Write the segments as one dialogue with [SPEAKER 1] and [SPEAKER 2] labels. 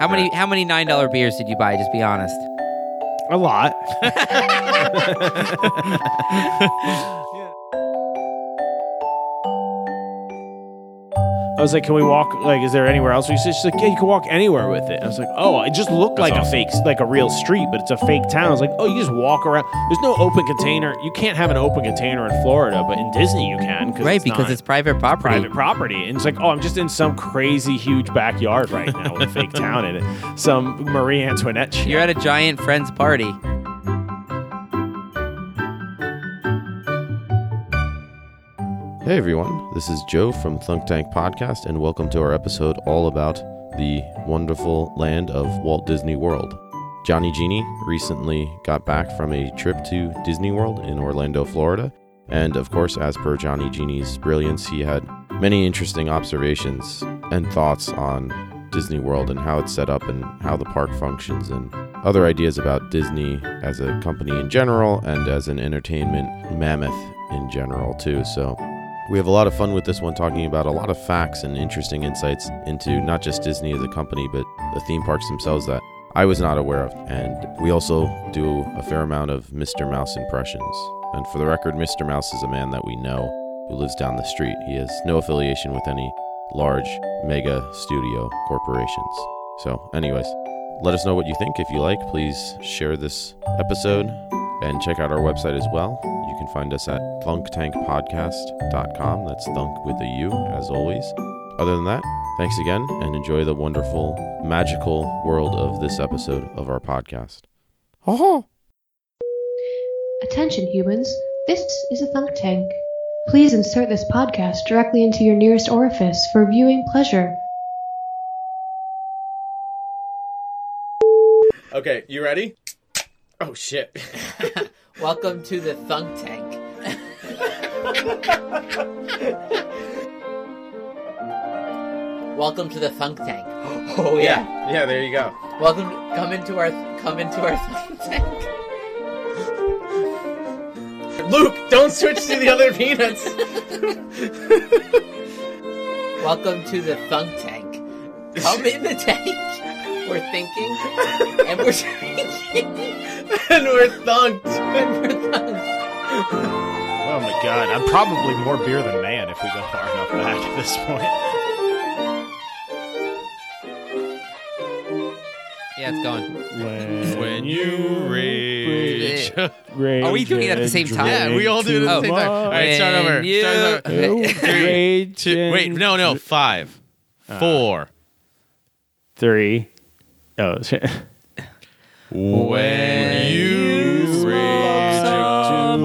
[SPEAKER 1] How many how many nine dollar beers did you buy? Just be honest.
[SPEAKER 2] A lot. I was like, "Can we walk? Like, is there anywhere else we should?" She's like, "Yeah, you can walk anywhere with it." I was like, "Oh, it just looked
[SPEAKER 3] That's
[SPEAKER 2] like a
[SPEAKER 3] awesome.
[SPEAKER 2] fake, like a real street, but it's a fake town." I was like, "Oh, you just walk around. There's no open container. You can't have an open container in Florida, but in Disney you can, cause
[SPEAKER 1] Right,
[SPEAKER 2] it's
[SPEAKER 1] because
[SPEAKER 2] not
[SPEAKER 1] it's private property.
[SPEAKER 2] private property." And it's like, "Oh, I'm just in some crazy huge backyard right now with a fake town in it, some Marie Antoinette." shit.
[SPEAKER 1] You're at a giant friend's party.
[SPEAKER 4] Hey everyone, this is Joe from Thunk Tank Podcast, and welcome to our episode all about the wonderful land of Walt Disney World. Johnny Genie recently got back from a trip to Disney World in Orlando, Florida, and of course, as per Johnny Genie's brilliance, he had many interesting observations and thoughts on Disney World and how it's set up and how the park functions and other ideas about Disney as a company in general and as an entertainment mammoth in general too. So we have a lot of fun with this one, talking about a lot of facts and interesting insights into not just Disney as a company, but the theme parks themselves that I was not aware of. And we also do a fair amount of Mr. Mouse impressions. And for the record, Mr. Mouse is a man that we know who lives down the street. He has no affiliation with any large mega studio corporations. So, anyways, let us know what you think. If you like, please share this episode and check out our website as well. You can find us at thunktankpodcast.com. That's thunk with a U, as always. Other than that, thanks again and enjoy the wonderful, magical world of this episode of our podcast. Oh,
[SPEAKER 5] Attention, humans. This is a thunk tank. Please insert this podcast directly into your nearest orifice for viewing pleasure.
[SPEAKER 4] okay, you ready? Oh shit!
[SPEAKER 6] Welcome to the Thunk Tank. Welcome to the Thunk Tank. Oh yeah.
[SPEAKER 4] yeah, there you go.
[SPEAKER 6] Welcome. Come into our. Come into our Thunk Tank.
[SPEAKER 3] Luke, don't switch to the other peanuts.
[SPEAKER 6] Welcome to the Thunk Tank. Come in the tank. We're thinking, and we're drinking,
[SPEAKER 3] and we're thunked.
[SPEAKER 6] and we're thunked.
[SPEAKER 2] Oh my god, I'm probably more beer than man if we go far enough back at this point.
[SPEAKER 1] Yeah, it's going.
[SPEAKER 2] When,
[SPEAKER 3] you Oh,
[SPEAKER 1] reach-
[SPEAKER 2] rage
[SPEAKER 1] Are we doing it at the same time?
[SPEAKER 3] Yeah, we all do it at the same time. All right, start over.
[SPEAKER 1] When you-
[SPEAKER 3] Start over. Three, two, wait, no, no, five, uh, four.
[SPEAKER 2] Three. Oh, shit.
[SPEAKER 3] When you reach
[SPEAKER 2] up
[SPEAKER 3] upon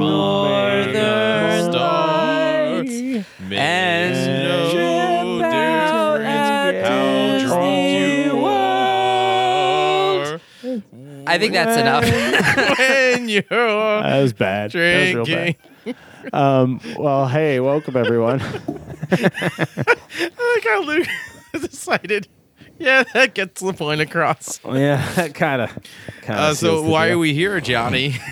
[SPEAKER 3] the
[SPEAKER 2] northern
[SPEAKER 3] stars,
[SPEAKER 1] And
[SPEAKER 3] no difference how drunk you are
[SPEAKER 1] I think that's enough.
[SPEAKER 3] when you're
[SPEAKER 2] That was bad. That was real
[SPEAKER 3] drinking.
[SPEAKER 2] bad. Um, well, hey, welcome everyone.
[SPEAKER 3] I like how Luke decided. Yeah, that gets the point across.
[SPEAKER 2] yeah, that kind of.
[SPEAKER 3] Uh, so why are we here, Johnny?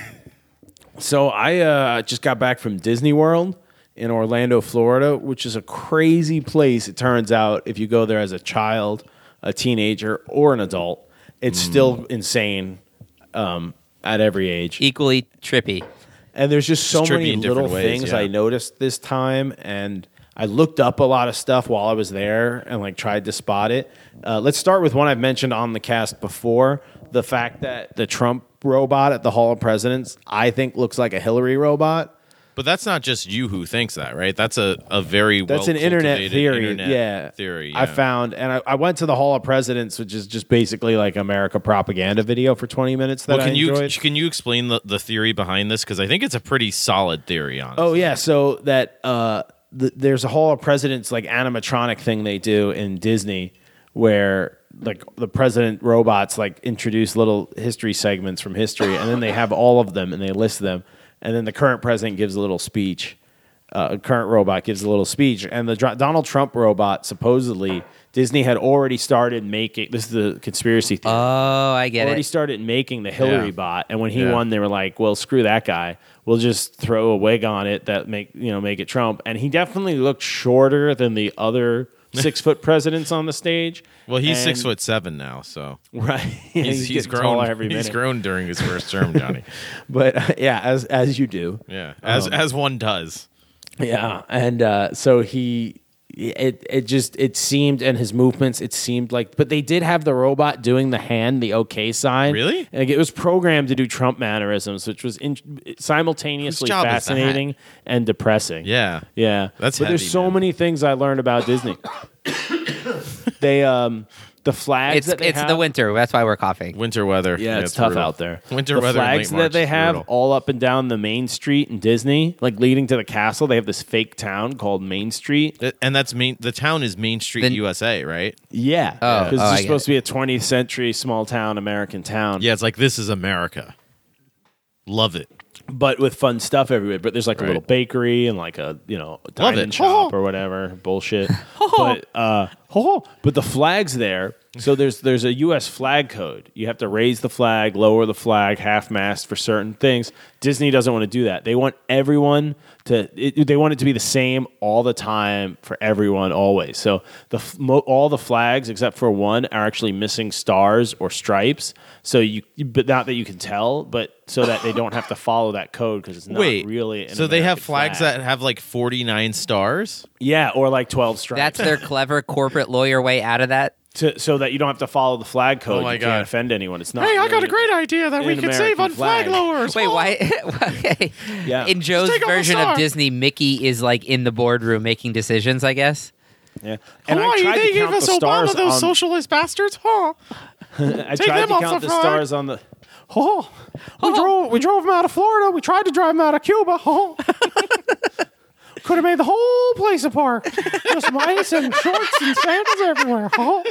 [SPEAKER 2] So I uh, just got back from Disney World in Orlando, Florida, which is a crazy place. It turns out if you go there as a child, a teenager, or an adult, it's
[SPEAKER 3] Hmm.
[SPEAKER 2] still insane um, at every age.
[SPEAKER 1] Equally trippy.
[SPEAKER 2] And there's just so
[SPEAKER 3] It's trippy
[SPEAKER 2] many
[SPEAKER 3] in different
[SPEAKER 2] little
[SPEAKER 3] ways,
[SPEAKER 2] things
[SPEAKER 3] yeah.
[SPEAKER 2] I noticed this time, and I looked up a lot of stuff while I was there and like tried to spot it. Uh, let's start with one I've mentioned on the cast before: the fact that the Trump robot at the Hall of Presidents, I think, looks like a Hillary robot.
[SPEAKER 3] But that's not just you who thinks that, right? That's a, a very
[SPEAKER 2] That's an internet
[SPEAKER 3] well-cultivated
[SPEAKER 2] theory.
[SPEAKER 3] internet
[SPEAKER 2] yeah.
[SPEAKER 3] theory.
[SPEAKER 2] I
[SPEAKER 3] yeah.
[SPEAKER 2] found, and I, I went to the Hall of Presidents, which is just basically like America propaganda video for 20 minutes that
[SPEAKER 3] Well, can
[SPEAKER 2] I
[SPEAKER 3] you
[SPEAKER 2] enjoyed.
[SPEAKER 3] can you explain the, the theory behind this? Because I think it's a pretty solid theory. Honestly,
[SPEAKER 2] Oh yeah, so that uh, th- there's a Hall of Presidents like animatronic thing they do in Disney where like the president robots like introduce little history segments from history, and then they have all of them and they list them, and then the current president gives a little speech. Uh, a current robot gives a little speech, and the Dr- Donald Trump robot supposedly Disney had already started making. This is the conspiracy theory
[SPEAKER 1] Oh, I get
[SPEAKER 2] already
[SPEAKER 1] it.
[SPEAKER 2] started making the Hillary
[SPEAKER 3] Yeah.
[SPEAKER 2] bot, and when he
[SPEAKER 3] Yeah.
[SPEAKER 2] won, they were like, "Well, screw that guy. We'll just throw a wig on it that make you know make it Trump." And he definitely looked shorter than the other six foot presidents on the stage.
[SPEAKER 3] Well, he's six
[SPEAKER 2] and-
[SPEAKER 3] foot seven now, so
[SPEAKER 2] Right.
[SPEAKER 3] he's, he's,
[SPEAKER 2] getting
[SPEAKER 3] grown.
[SPEAKER 2] taller every
[SPEAKER 3] he's
[SPEAKER 2] minute.
[SPEAKER 3] grown during his first term, Johnny.
[SPEAKER 2] But uh, yeah, as as you do.
[SPEAKER 3] Yeah,
[SPEAKER 2] Um,
[SPEAKER 3] as as one does.
[SPEAKER 2] Yeah, and uh, so he, it it just it seemed and his movements it seemed like, but they did have the robot doing the hand, the OK sign.
[SPEAKER 3] Really?
[SPEAKER 2] like it was programmed to do Trump mannerisms, which was in, simultaneously
[SPEAKER 3] Whose job is the hat?
[SPEAKER 2] fascinating and depressing.
[SPEAKER 3] Yeah.
[SPEAKER 2] yeah.
[SPEAKER 3] That's
[SPEAKER 2] but there's
[SPEAKER 3] heavy,
[SPEAKER 2] so
[SPEAKER 3] man.
[SPEAKER 2] many things I learned about Disney. they um the flags
[SPEAKER 1] It's
[SPEAKER 2] that they
[SPEAKER 1] it's
[SPEAKER 2] have,
[SPEAKER 1] the winter. That's why we're coughing.
[SPEAKER 3] Winter weather.
[SPEAKER 2] yeah, it's, tough
[SPEAKER 3] brutal.
[SPEAKER 2] out there.
[SPEAKER 3] Winter
[SPEAKER 2] the
[SPEAKER 3] weather in
[SPEAKER 2] flags
[SPEAKER 3] late
[SPEAKER 2] that
[SPEAKER 3] March
[SPEAKER 2] they
[SPEAKER 3] is
[SPEAKER 2] have
[SPEAKER 3] brutal.
[SPEAKER 2] all up and down the main street in Disney, like leading to the castle. They have this fake town called Main Street.
[SPEAKER 3] Th- And that's main. The town is Main Street,
[SPEAKER 1] Then-
[SPEAKER 3] USA, right?
[SPEAKER 2] Yeah,
[SPEAKER 1] Oh,
[SPEAKER 2] because
[SPEAKER 1] oh, I
[SPEAKER 2] it's
[SPEAKER 1] get
[SPEAKER 2] supposed to be a 20th century small town American town.
[SPEAKER 3] Yeah, it's like this is America. Love it.
[SPEAKER 2] but with fun stuff everywhere. But there's like a
[SPEAKER 3] Right.
[SPEAKER 2] little bakery and like a you know
[SPEAKER 3] Love
[SPEAKER 2] diamond
[SPEAKER 3] it.
[SPEAKER 2] shop or whatever bullshit. but uh, ho, ho. but the flags there. So there's there's a U.S. flag code. You have to raise the flag, lower the flag, half mast for certain things. Disney doesn't want to do that. They want everyone to. It, they want it to be the same all the time for everyone always. So the f- mo- all the flags except for one are actually missing stars or stripes. So you, but not that you can tell, but so that they don't have to follow that code because it's not
[SPEAKER 3] Wait,
[SPEAKER 2] really. An
[SPEAKER 3] so they have
[SPEAKER 2] American
[SPEAKER 3] flags
[SPEAKER 2] flag.
[SPEAKER 3] that have like forty nine stars.
[SPEAKER 2] yeah, or like twelve stripes.
[SPEAKER 1] That's their clever corporate lawyer way out of that.
[SPEAKER 2] to, so that you don't have to follow the flag code.
[SPEAKER 3] Oh my
[SPEAKER 2] you
[SPEAKER 3] God.
[SPEAKER 2] can't offend anyone. It's not.
[SPEAKER 3] Hey, I got a
[SPEAKER 2] really-
[SPEAKER 3] great idea that we
[SPEAKER 2] an
[SPEAKER 3] can save
[SPEAKER 2] American
[SPEAKER 3] on flag
[SPEAKER 2] flag.
[SPEAKER 3] lowers.
[SPEAKER 1] Wait,
[SPEAKER 3] Oh.
[SPEAKER 1] why?
[SPEAKER 2] Yeah.
[SPEAKER 1] In Joe's
[SPEAKER 3] Just take off the
[SPEAKER 1] version of
[SPEAKER 3] star.
[SPEAKER 1] Disney, Mickey is like in the boardroom making decisions. I guess.
[SPEAKER 2] Yeah.
[SPEAKER 3] Hawaii, they gave us Obama, those
[SPEAKER 2] on,
[SPEAKER 3] socialist bastards. Huh?
[SPEAKER 2] I
[SPEAKER 3] Take
[SPEAKER 2] tried
[SPEAKER 3] them
[SPEAKER 2] to
[SPEAKER 3] off
[SPEAKER 2] count
[SPEAKER 3] the
[SPEAKER 2] the,
[SPEAKER 3] flag.
[SPEAKER 2] stars on the. Oh, we
[SPEAKER 3] Uh-huh.
[SPEAKER 2] drove we drove them out of Florida. We tried to drive them out of Cuba. Oh. Could have made the whole place apart. Just mice and shorts and sandals everywhere. Oh.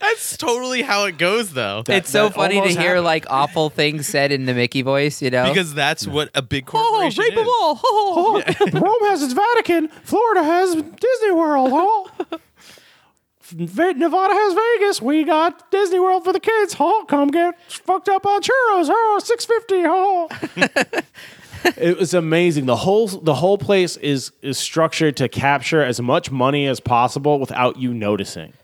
[SPEAKER 3] That's totally how it goes, though.
[SPEAKER 2] That-
[SPEAKER 1] it's so
[SPEAKER 2] that
[SPEAKER 1] funny to
[SPEAKER 2] almost
[SPEAKER 1] hear
[SPEAKER 2] happened.
[SPEAKER 1] like awful things said in the Mickey voice. You know,
[SPEAKER 3] because that's what a big
[SPEAKER 1] oh,
[SPEAKER 3] corporation
[SPEAKER 1] rape
[SPEAKER 3] is.
[SPEAKER 1] them all.
[SPEAKER 2] Oh, Rome has its Vatican. Florida has Disney World. Oh. Ve- Nevada has Vegas. We got Disney World for the kids. Oh, come get fucked up on churros. Oh, six fifty. Oh. it was amazing. The whole the whole place is is structured to capture as much money as possible without you noticing.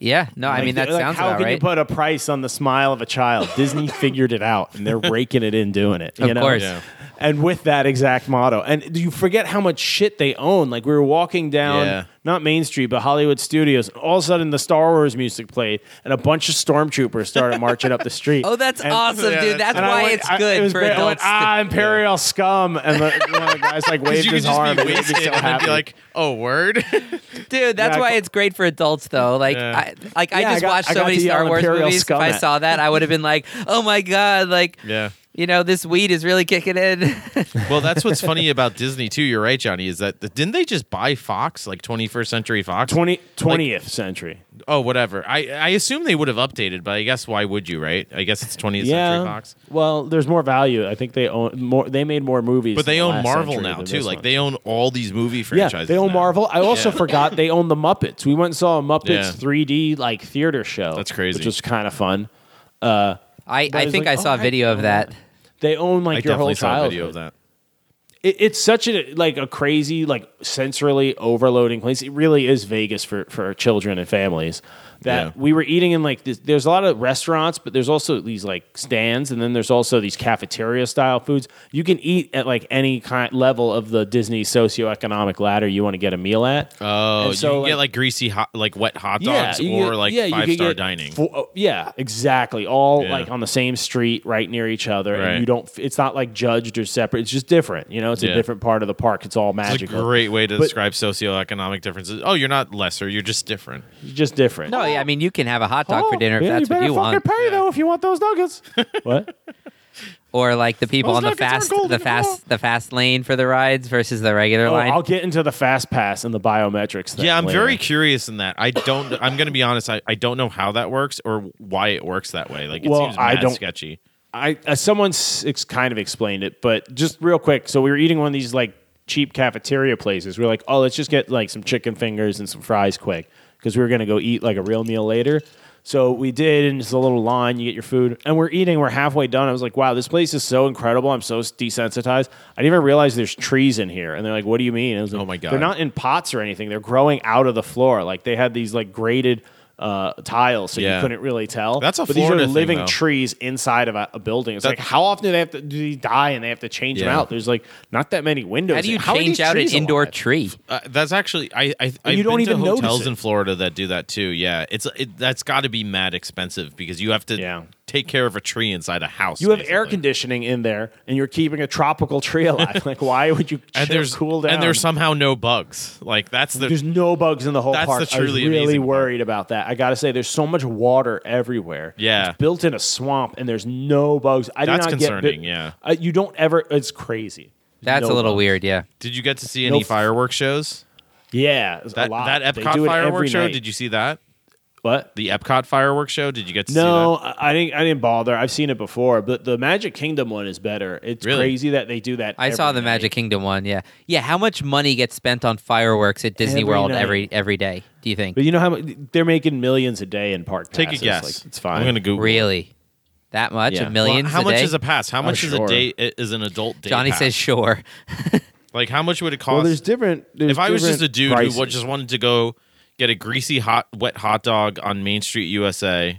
[SPEAKER 1] Yeah, no, I mean that sounds
[SPEAKER 2] how
[SPEAKER 1] about
[SPEAKER 2] can
[SPEAKER 1] right.
[SPEAKER 2] you put a price on the smile of a child? Disney figured it out, and they're raking it in doing it. You
[SPEAKER 1] Of
[SPEAKER 2] know?
[SPEAKER 1] course. Yeah.
[SPEAKER 2] And with that exact motto, and you forget how much shit they own. Like we were walking down,
[SPEAKER 3] Yeah.
[SPEAKER 2] not Main Street, but Hollywood Studios. And all of a sudden, the Star Wars music played, and a bunch of stormtroopers started marching up the street.
[SPEAKER 1] oh, that's
[SPEAKER 2] And-
[SPEAKER 1] awesome,
[SPEAKER 3] Yeah,
[SPEAKER 1] dude.
[SPEAKER 3] that's-
[SPEAKER 1] That's
[SPEAKER 2] and I
[SPEAKER 1] why
[SPEAKER 2] went-
[SPEAKER 1] it's
[SPEAKER 2] I-
[SPEAKER 1] good
[SPEAKER 2] it was
[SPEAKER 1] for
[SPEAKER 2] great. I went,
[SPEAKER 1] adults. to-
[SPEAKER 2] ah, Imperial scum, and the, one of the guys like waved
[SPEAKER 3] You could
[SPEAKER 2] his
[SPEAKER 3] just
[SPEAKER 2] arm.
[SPEAKER 3] be
[SPEAKER 2] and made me
[SPEAKER 3] wasted
[SPEAKER 2] so
[SPEAKER 3] and
[SPEAKER 2] happy.
[SPEAKER 3] be like, "Oh, word."
[SPEAKER 1] Dude, that's
[SPEAKER 2] Yeah, I
[SPEAKER 1] why
[SPEAKER 2] got-
[SPEAKER 1] it's great for adults, though. Like,
[SPEAKER 3] Yeah.
[SPEAKER 1] I, like I
[SPEAKER 2] Yeah, I
[SPEAKER 1] just
[SPEAKER 2] got-
[SPEAKER 1] watched
[SPEAKER 2] I
[SPEAKER 1] so
[SPEAKER 2] got
[SPEAKER 1] many
[SPEAKER 2] to
[SPEAKER 1] Star
[SPEAKER 2] yell
[SPEAKER 1] Wars
[SPEAKER 2] Imperial
[SPEAKER 1] movies. If
[SPEAKER 2] scum
[SPEAKER 1] I
[SPEAKER 2] at-
[SPEAKER 1] saw that, I would have been like, "Oh my god!" Like,
[SPEAKER 3] Yeah.
[SPEAKER 1] you know, this weed is really kicking in.
[SPEAKER 3] well, that's what's funny about Disney too. You're right, Johnny. Is that didn't they just buy Fox, like 21st Century Fox?
[SPEAKER 2] 20, 20th century.
[SPEAKER 3] Oh, whatever. I I assume they would have updated, but I guess why would you, right? I guess it's 20th Century Fox.
[SPEAKER 2] Well, there's more value. I think they own more. They made more movies,
[SPEAKER 3] But they
[SPEAKER 2] in the
[SPEAKER 3] own
[SPEAKER 2] last
[SPEAKER 3] Marvel
[SPEAKER 2] century
[SPEAKER 3] now
[SPEAKER 2] than
[SPEAKER 3] too.
[SPEAKER 2] this
[SPEAKER 3] Like
[SPEAKER 2] one.
[SPEAKER 3] they own all these movie
[SPEAKER 2] yeah,
[SPEAKER 3] franchises.
[SPEAKER 2] they own
[SPEAKER 3] now.
[SPEAKER 2] Marvel. I also
[SPEAKER 3] Yeah.
[SPEAKER 2] forgot they own the Muppets. We went and saw a Muppets
[SPEAKER 3] Yeah.
[SPEAKER 2] 3D like theater show.
[SPEAKER 3] That's crazy.
[SPEAKER 2] which was kind of fun. Uh,
[SPEAKER 1] I,
[SPEAKER 2] But
[SPEAKER 1] I
[SPEAKER 2] it's
[SPEAKER 1] think
[SPEAKER 2] like,
[SPEAKER 1] I saw
[SPEAKER 2] oh,
[SPEAKER 1] a video
[SPEAKER 2] I
[SPEAKER 1] of that.
[SPEAKER 2] they own like
[SPEAKER 3] I
[SPEAKER 2] your whole
[SPEAKER 3] definitely saw a
[SPEAKER 2] childhood.
[SPEAKER 3] video of that.
[SPEAKER 2] It, it's such a like a crazy like sensorily overloading place. It really is Vegas for for children and families. That
[SPEAKER 3] Yeah.
[SPEAKER 2] we were eating in like this, there's a lot of restaurants, but there's also these like stands, and then there's also these cafeteria style foods. You can eat at like any kind level of the Disney socioeconomic ladder you want to get a meal at.
[SPEAKER 3] Oh,
[SPEAKER 2] And so,
[SPEAKER 3] you can get
[SPEAKER 2] like-
[SPEAKER 3] like greasy hot, like wet hot dogs,
[SPEAKER 2] you
[SPEAKER 3] or
[SPEAKER 2] get-
[SPEAKER 3] like
[SPEAKER 2] yeah, you
[SPEAKER 3] five
[SPEAKER 2] could
[SPEAKER 3] star
[SPEAKER 2] get
[SPEAKER 3] dining.
[SPEAKER 2] fo- oh, yeah, exactly. All
[SPEAKER 3] Yeah.
[SPEAKER 2] like on the same street, right near each other,
[SPEAKER 3] Right.
[SPEAKER 2] and you don't. It's not like judged or separate. It's just different. You know, it's
[SPEAKER 3] Yeah.
[SPEAKER 2] a different part of the park. It's all
[SPEAKER 3] It's a
[SPEAKER 2] magical.
[SPEAKER 3] great way to
[SPEAKER 2] But-
[SPEAKER 3] describe socioeconomic differences. Oh, you're not lesser, you're just different.
[SPEAKER 2] It's just different.
[SPEAKER 1] No, yeah, I mean, you can have a hot dog for
[SPEAKER 2] Oh,
[SPEAKER 1] dinner if
[SPEAKER 2] yeah,
[SPEAKER 1] that's what
[SPEAKER 2] better
[SPEAKER 1] you want,
[SPEAKER 2] fucking pay though if you want those nuggets. what?
[SPEAKER 1] or like the people
[SPEAKER 3] Those
[SPEAKER 1] on the
[SPEAKER 3] nuggets are
[SPEAKER 1] fast,
[SPEAKER 3] golden.
[SPEAKER 1] the fast, the fast lane for the rides versus the regular
[SPEAKER 2] Oh,
[SPEAKER 1] line.
[SPEAKER 2] I'll get into the fast pass and the biometrics. Thing
[SPEAKER 3] Yeah, I'm
[SPEAKER 2] later.
[SPEAKER 3] very curious in that. I don't. I'm going to be honest. I, I don't know how that works or why it works that way. Like, it
[SPEAKER 2] Well,
[SPEAKER 3] seems
[SPEAKER 2] I
[SPEAKER 3] mad
[SPEAKER 2] don't-
[SPEAKER 3] sketchy.
[SPEAKER 2] I uh, someone s- ex- kind of explained it, but just real quick. So we were eating one of these like cheap cafeteria places. We were like, oh, let's just get like some chicken fingers and some fries quick because we were gonna go eat like a real meal later. So we did, and it's a little line. You get your food, and we're eating. We're halfway done. I was like, wow, this place is so incredible. I'm so desensitized. I didn't even realize there's trees in here. And they're like, what do you mean? And I was like,
[SPEAKER 3] Oh my God.
[SPEAKER 2] they're not in pots or anything. They're growing out of the floor. Like they had these like graded uh, tiles, so
[SPEAKER 3] Yeah.
[SPEAKER 2] you couldn't really tell.
[SPEAKER 3] That's a
[SPEAKER 2] but these are
[SPEAKER 3] Florida thing,
[SPEAKER 2] living
[SPEAKER 3] though.
[SPEAKER 2] trees inside of a, a building. It's like
[SPEAKER 3] That's-
[SPEAKER 2] how often do they have to do they die and they have to change them
[SPEAKER 3] Yeah.
[SPEAKER 2] out? There's like not that many windows.
[SPEAKER 1] How do you
[SPEAKER 2] in- are
[SPEAKER 1] change
[SPEAKER 2] these
[SPEAKER 1] out an
[SPEAKER 2] trees
[SPEAKER 1] indoor
[SPEAKER 2] alive?
[SPEAKER 1] tree?
[SPEAKER 3] Uh, that's actually I. I I've
[SPEAKER 2] you don't
[SPEAKER 3] been to
[SPEAKER 2] even notice
[SPEAKER 3] hotels
[SPEAKER 2] it.
[SPEAKER 3] in Florida that do that too. Yeah, it's it, that's got to be mad expensive because you have to
[SPEAKER 2] Yeah.
[SPEAKER 3] take care of a tree inside a house.
[SPEAKER 2] You have air
[SPEAKER 3] basically.
[SPEAKER 2] conditioning in there, and you're keeping a tropical tree alive. like, why would you
[SPEAKER 3] and
[SPEAKER 2] chill-
[SPEAKER 3] there's
[SPEAKER 2] cool down?
[SPEAKER 3] and there's somehow no bugs. Like that's the
[SPEAKER 2] There's no bugs in the whole
[SPEAKER 3] That's
[SPEAKER 2] park.
[SPEAKER 3] the truly
[SPEAKER 2] I was really
[SPEAKER 3] amazing part.
[SPEAKER 2] worried about that. I gotta say, there's so much water everywhere.
[SPEAKER 3] Yeah.
[SPEAKER 2] it's built in a swamp, and there's no bugs. I did
[SPEAKER 3] That's
[SPEAKER 2] not get bit-
[SPEAKER 3] concerning, yeah.
[SPEAKER 2] Uh, you don't ever. It's crazy.
[SPEAKER 1] That's
[SPEAKER 2] No
[SPEAKER 1] a little
[SPEAKER 2] bugs.
[SPEAKER 1] weird. Yeah.
[SPEAKER 3] Did you get to see
[SPEAKER 2] No
[SPEAKER 3] any
[SPEAKER 2] f-
[SPEAKER 3] fireworks shows?
[SPEAKER 2] Yeah, it's
[SPEAKER 3] That
[SPEAKER 2] a lot.
[SPEAKER 3] that
[SPEAKER 2] They
[SPEAKER 3] Epcot
[SPEAKER 2] do it every
[SPEAKER 3] fireworks show?
[SPEAKER 2] night.
[SPEAKER 3] Did you see that?
[SPEAKER 2] what?
[SPEAKER 3] The Epcot fireworks show? Did you get to
[SPEAKER 2] No, I I didn't. I didn't bother. I've seen it before, but the Magic Kingdom one is better. It's
[SPEAKER 3] Really?
[SPEAKER 2] crazy that they do that.
[SPEAKER 1] I saw the
[SPEAKER 2] every night.
[SPEAKER 1] Magic Kingdom one. Yeah. Yeah. How much money gets spent on fireworks at Disney
[SPEAKER 2] Every
[SPEAKER 1] World
[SPEAKER 2] night.
[SPEAKER 1] every every day? Do you think?
[SPEAKER 2] But you know how much, they're making millions a day in park.
[SPEAKER 3] see that? Take
[SPEAKER 2] passes.
[SPEAKER 3] a guess.
[SPEAKER 2] Like, it's fine.
[SPEAKER 3] I'm gonna Google.
[SPEAKER 1] Really? That much?
[SPEAKER 2] Yeah.
[SPEAKER 1] A
[SPEAKER 2] Well,
[SPEAKER 1] million?
[SPEAKER 3] Well, how
[SPEAKER 1] a
[SPEAKER 3] much
[SPEAKER 1] day?
[SPEAKER 3] is a pass? How much
[SPEAKER 2] sure.
[SPEAKER 3] is a day? Is an adult day?
[SPEAKER 1] Johnny
[SPEAKER 3] pass?
[SPEAKER 1] says sure.
[SPEAKER 3] like how much would it cost?
[SPEAKER 4] Well, there's different. There's
[SPEAKER 3] if I was just a
[SPEAKER 4] different
[SPEAKER 3] dude
[SPEAKER 4] prices.
[SPEAKER 3] who wa- just wanted to go get a greasy hot wet hot dog on Main Street USA,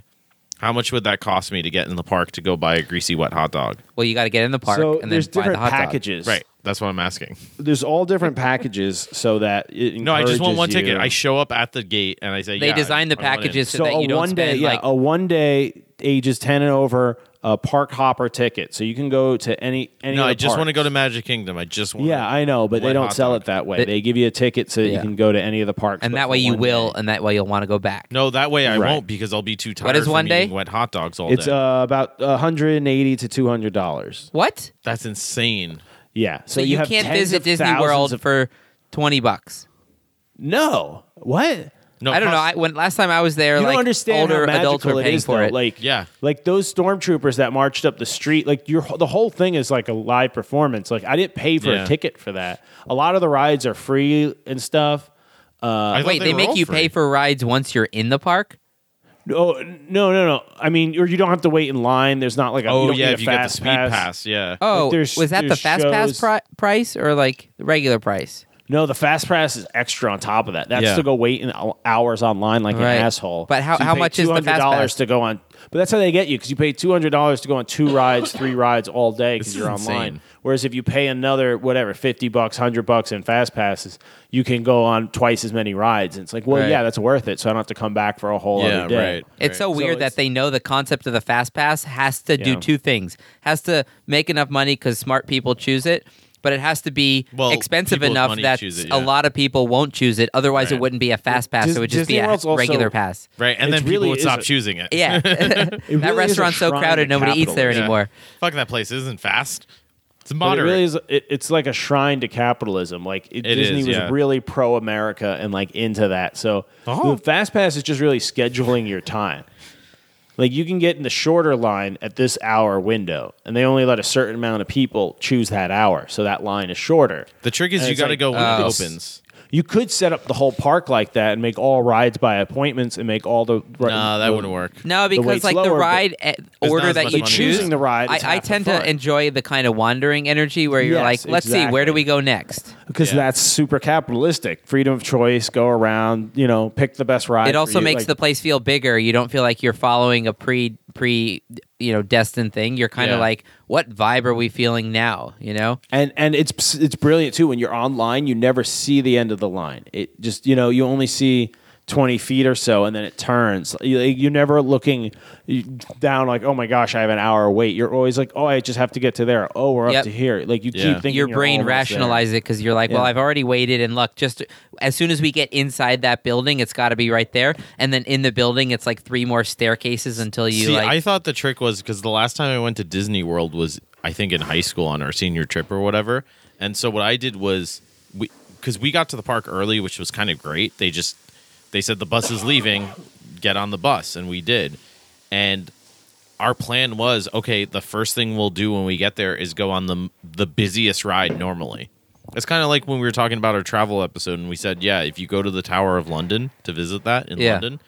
[SPEAKER 3] how much would that cost me to get in the park to go buy a greasy wet hot dog?
[SPEAKER 1] Well, you got to get in the park
[SPEAKER 2] so
[SPEAKER 1] and then
[SPEAKER 2] there's
[SPEAKER 1] buy
[SPEAKER 2] different
[SPEAKER 1] the hot dog.
[SPEAKER 2] packages.
[SPEAKER 3] Right. That's what I'm asking.
[SPEAKER 2] There's all different packages so that it
[SPEAKER 3] No, I just want
[SPEAKER 2] encourages
[SPEAKER 3] one ticket.
[SPEAKER 2] you-
[SPEAKER 3] I show up at the gate and I say,
[SPEAKER 1] They
[SPEAKER 3] yeah,
[SPEAKER 1] designed the
[SPEAKER 3] I want in.
[SPEAKER 1] packages so,
[SPEAKER 2] so
[SPEAKER 1] that
[SPEAKER 2] a
[SPEAKER 1] you don't
[SPEAKER 2] one day,
[SPEAKER 1] spend
[SPEAKER 2] yeah,
[SPEAKER 1] like
[SPEAKER 2] a one day ages ten and over, a park hopper ticket, so you can go to any any.
[SPEAKER 3] No,
[SPEAKER 2] of the
[SPEAKER 3] I just want
[SPEAKER 2] parks.
[SPEAKER 3] to go to Magic Kingdom. I just want.
[SPEAKER 2] Yeah, I know, but they
[SPEAKER 3] wet
[SPEAKER 2] don't
[SPEAKER 3] hot
[SPEAKER 2] sell
[SPEAKER 3] dog.
[SPEAKER 2] it that way.
[SPEAKER 1] They-
[SPEAKER 2] They give you a ticket so that you
[SPEAKER 1] Yeah.
[SPEAKER 2] can go to any of the parks,
[SPEAKER 1] and
[SPEAKER 2] but
[SPEAKER 1] that
[SPEAKER 2] for
[SPEAKER 1] way you
[SPEAKER 2] one
[SPEAKER 1] will,
[SPEAKER 2] day.
[SPEAKER 1] and that way you'll want to go back.
[SPEAKER 3] No, that way I
[SPEAKER 2] Right.
[SPEAKER 3] won't because I'll be too tired.
[SPEAKER 1] is
[SPEAKER 3] from
[SPEAKER 1] one day?
[SPEAKER 3] eating Wet hot dogs all
[SPEAKER 2] It's
[SPEAKER 3] day.
[SPEAKER 2] uh, about 180 to 200 dollars.
[SPEAKER 1] What?
[SPEAKER 3] That's insane.
[SPEAKER 2] Yeah, so,
[SPEAKER 1] So you,
[SPEAKER 2] have
[SPEAKER 1] can't
[SPEAKER 2] tens
[SPEAKER 1] visit
[SPEAKER 2] of
[SPEAKER 1] Disney
[SPEAKER 2] thousands
[SPEAKER 1] World
[SPEAKER 2] of-
[SPEAKER 1] for twenty bucks.
[SPEAKER 2] no, what?
[SPEAKER 3] No,
[SPEAKER 1] I don't know. I,
[SPEAKER 3] cost-
[SPEAKER 1] when last time I was there,
[SPEAKER 2] You
[SPEAKER 1] like
[SPEAKER 2] don't understand
[SPEAKER 1] older
[SPEAKER 2] how magical
[SPEAKER 1] adults were
[SPEAKER 2] it
[SPEAKER 1] paying
[SPEAKER 2] is,
[SPEAKER 1] for
[SPEAKER 2] though.
[SPEAKER 1] it.
[SPEAKER 2] Like,
[SPEAKER 3] Yeah.
[SPEAKER 2] like those stormtroopers that marched up the street. Like your the whole thing is like a live performance. Like I didn't pay for
[SPEAKER 3] Yeah.
[SPEAKER 2] a ticket for that. A lot of the rides are free and stuff.
[SPEAKER 3] I thought
[SPEAKER 1] Wait, they,
[SPEAKER 3] were all
[SPEAKER 1] make you
[SPEAKER 3] free.
[SPEAKER 1] pay for rides once you're in the park.
[SPEAKER 2] No, no, no, no. I mean, or you don't have to wait in line. There's not like a, you
[SPEAKER 3] Oh
[SPEAKER 2] don't
[SPEAKER 3] yeah,
[SPEAKER 2] need a
[SPEAKER 3] if you get the
[SPEAKER 2] fast
[SPEAKER 3] speed
[SPEAKER 2] pass.
[SPEAKER 3] pass, yeah.
[SPEAKER 1] Oh,
[SPEAKER 2] there's-
[SPEAKER 1] was that the
[SPEAKER 2] there's
[SPEAKER 1] fast pass
[SPEAKER 2] shows-
[SPEAKER 1] pri- price or like the regular price?
[SPEAKER 2] No, the fast pass is extra on top of that. That's
[SPEAKER 3] Yeah.
[SPEAKER 2] to go wait in hours online like
[SPEAKER 1] Right.
[SPEAKER 2] an asshole.
[SPEAKER 1] But how-
[SPEAKER 2] you
[SPEAKER 1] how
[SPEAKER 2] pay
[SPEAKER 1] much is the Fast Pass?
[SPEAKER 2] $200 to go on? But that's how they get you because you pay two hundred dollars to go on two rides, three rides all day because
[SPEAKER 3] This is
[SPEAKER 2] you're online.
[SPEAKER 3] insane.
[SPEAKER 2] Whereas if you pay another whatever fifty bucks, hundred bucks in fast passes, you can go on twice as many rides. And it's like, well,
[SPEAKER 1] Right.
[SPEAKER 2] yeah, that's worth it. So I don't have to come back for a whole
[SPEAKER 3] Yeah,
[SPEAKER 2] other day.
[SPEAKER 3] right.
[SPEAKER 1] It's so weird
[SPEAKER 2] it's-
[SPEAKER 1] that they know the concept of the fast pass has to do
[SPEAKER 2] Yeah.
[SPEAKER 1] two things: has to make enough money because smart people choose it, but it has to be
[SPEAKER 3] Well,
[SPEAKER 1] expensive
[SPEAKER 3] people with
[SPEAKER 1] enough
[SPEAKER 3] money
[SPEAKER 1] that
[SPEAKER 3] choose it,
[SPEAKER 1] a
[SPEAKER 3] yeah.
[SPEAKER 1] lot of people won't choose it. Otherwise, it
[SPEAKER 3] Right.
[SPEAKER 1] wouldn't be a fast pass;
[SPEAKER 2] Dis-
[SPEAKER 1] it would just
[SPEAKER 2] Disney
[SPEAKER 1] be a
[SPEAKER 2] World's also-
[SPEAKER 1] regular pass.
[SPEAKER 3] Right, and
[SPEAKER 2] It
[SPEAKER 3] then people
[SPEAKER 2] really
[SPEAKER 3] would stop
[SPEAKER 2] is a-
[SPEAKER 3] choosing it.
[SPEAKER 1] Yeah, that
[SPEAKER 2] really is a
[SPEAKER 1] restaurant's so
[SPEAKER 2] shrine
[SPEAKER 1] crowded
[SPEAKER 2] to
[SPEAKER 1] nobody eats there
[SPEAKER 2] capitalism.
[SPEAKER 3] Yeah.
[SPEAKER 1] anymore.
[SPEAKER 3] Fuck that place isn't fast. It's
[SPEAKER 2] But
[SPEAKER 3] moderate.
[SPEAKER 2] It really is. It, it's like a shrine to capitalism. Like it,
[SPEAKER 3] It
[SPEAKER 2] Disney
[SPEAKER 3] is,
[SPEAKER 2] was
[SPEAKER 3] yeah.
[SPEAKER 2] really pro America and like into that. So the
[SPEAKER 3] Oh.
[SPEAKER 2] fast pass is just really scheduling your time. Like you can get in the shorter line at this hour window, and they only let a certain amount of people choose that hour, so that line is shorter.
[SPEAKER 3] the trick is
[SPEAKER 2] And
[SPEAKER 3] you
[SPEAKER 2] it's
[SPEAKER 3] got to
[SPEAKER 2] like,
[SPEAKER 3] go when
[SPEAKER 1] Oh.
[SPEAKER 2] uh,
[SPEAKER 3] it opens.
[SPEAKER 2] You could set up the whole park like that and make all rides by appointments and make all the.
[SPEAKER 3] No, that wouldn't work.
[SPEAKER 1] No, because
[SPEAKER 2] weight's
[SPEAKER 1] like the
[SPEAKER 2] lower, but
[SPEAKER 1] ride eh,
[SPEAKER 3] not
[SPEAKER 1] order
[SPEAKER 3] as
[SPEAKER 1] that
[SPEAKER 3] much
[SPEAKER 1] you
[SPEAKER 3] money.
[SPEAKER 1] choose,
[SPEAKER 2] Choosing the ride is
[SPEAKER 1] I, I
[SPEAKER 2] half the
[SPEAKER 1] tend
[SPEAKER 2] fun.
[SPEAKER 1] to enjoy the kind of wandering energy where you're
[SPEAKER 2] Yes,
[SPEAKER 1] like, let's see, where do
[SPEAKER 2] exactly.
[SPEAKER 1] we go next?
[SPEAKER 2] because
[SPEAKER 3] Yeah.
[SPEAKER 2] that's super capitalistic. Freedom of choice, go around, you know, pick the best ride.
[SPEAKER 1] It
[SPEAKER 2] for
[SPEAKER 1] also
[SPEAKER 2] you,
[SPEAKER 1] makes
[SPEAKER 2] like-
[SPEAKER 1] the place feel bigger. You don't feel like you're following a pre pre you know destined thing. You're kind of
[SPEAKER 3] Yeah.
[SPEAKER 1] like, what vibe are we feeling now? You know,
[SPEAKER 2] and and it's it's brilliant too when you're online you never see the end of the line it just you know you only see 20 feet or so and then it turns You- you're never looking down like oh my gosh i have an hour wait you're always like oh i just have to get to there oh we're
[SPEAKER 1] Yep.
[SPEAKER 2] up to here like you
[SPEAKER 3] Yeah.
[SPEAKER 2] keep thinking
[SPEAKER 1] your
[SPEAKER 2] you're
[SPEAKER 1] brain
[SPEAKER 2] almost there.
[SPEAKER 1] rationalizes it because you're like, well,
[SPEAKER 2] Yeah.
[SPEAKER 1] I've already waited, and look, just as soon as we get inside that building, it's got to be right there. And then in the building, it's like three more staircases until you
[SPEAKER 3] See,
[SPEAKER 1] like.
[SPEAKER 3] I thought the trick was because the last time I went to Disney World was I think in high school on our senior trip or whatever. And so what I did was we because we got to the park early, which was kind of great. They just they said the bus is leaving, get on the bus, and we did. And our plan was okay. The first thing we'll do when we get there is go on the the busiest ride normally. It's kind of like when we were talking about our travel episode, and we said, yeah, if you go to the Tower of London to visit that in
[SPEAKER 1] Yeah.
[SPEAKER 3] London,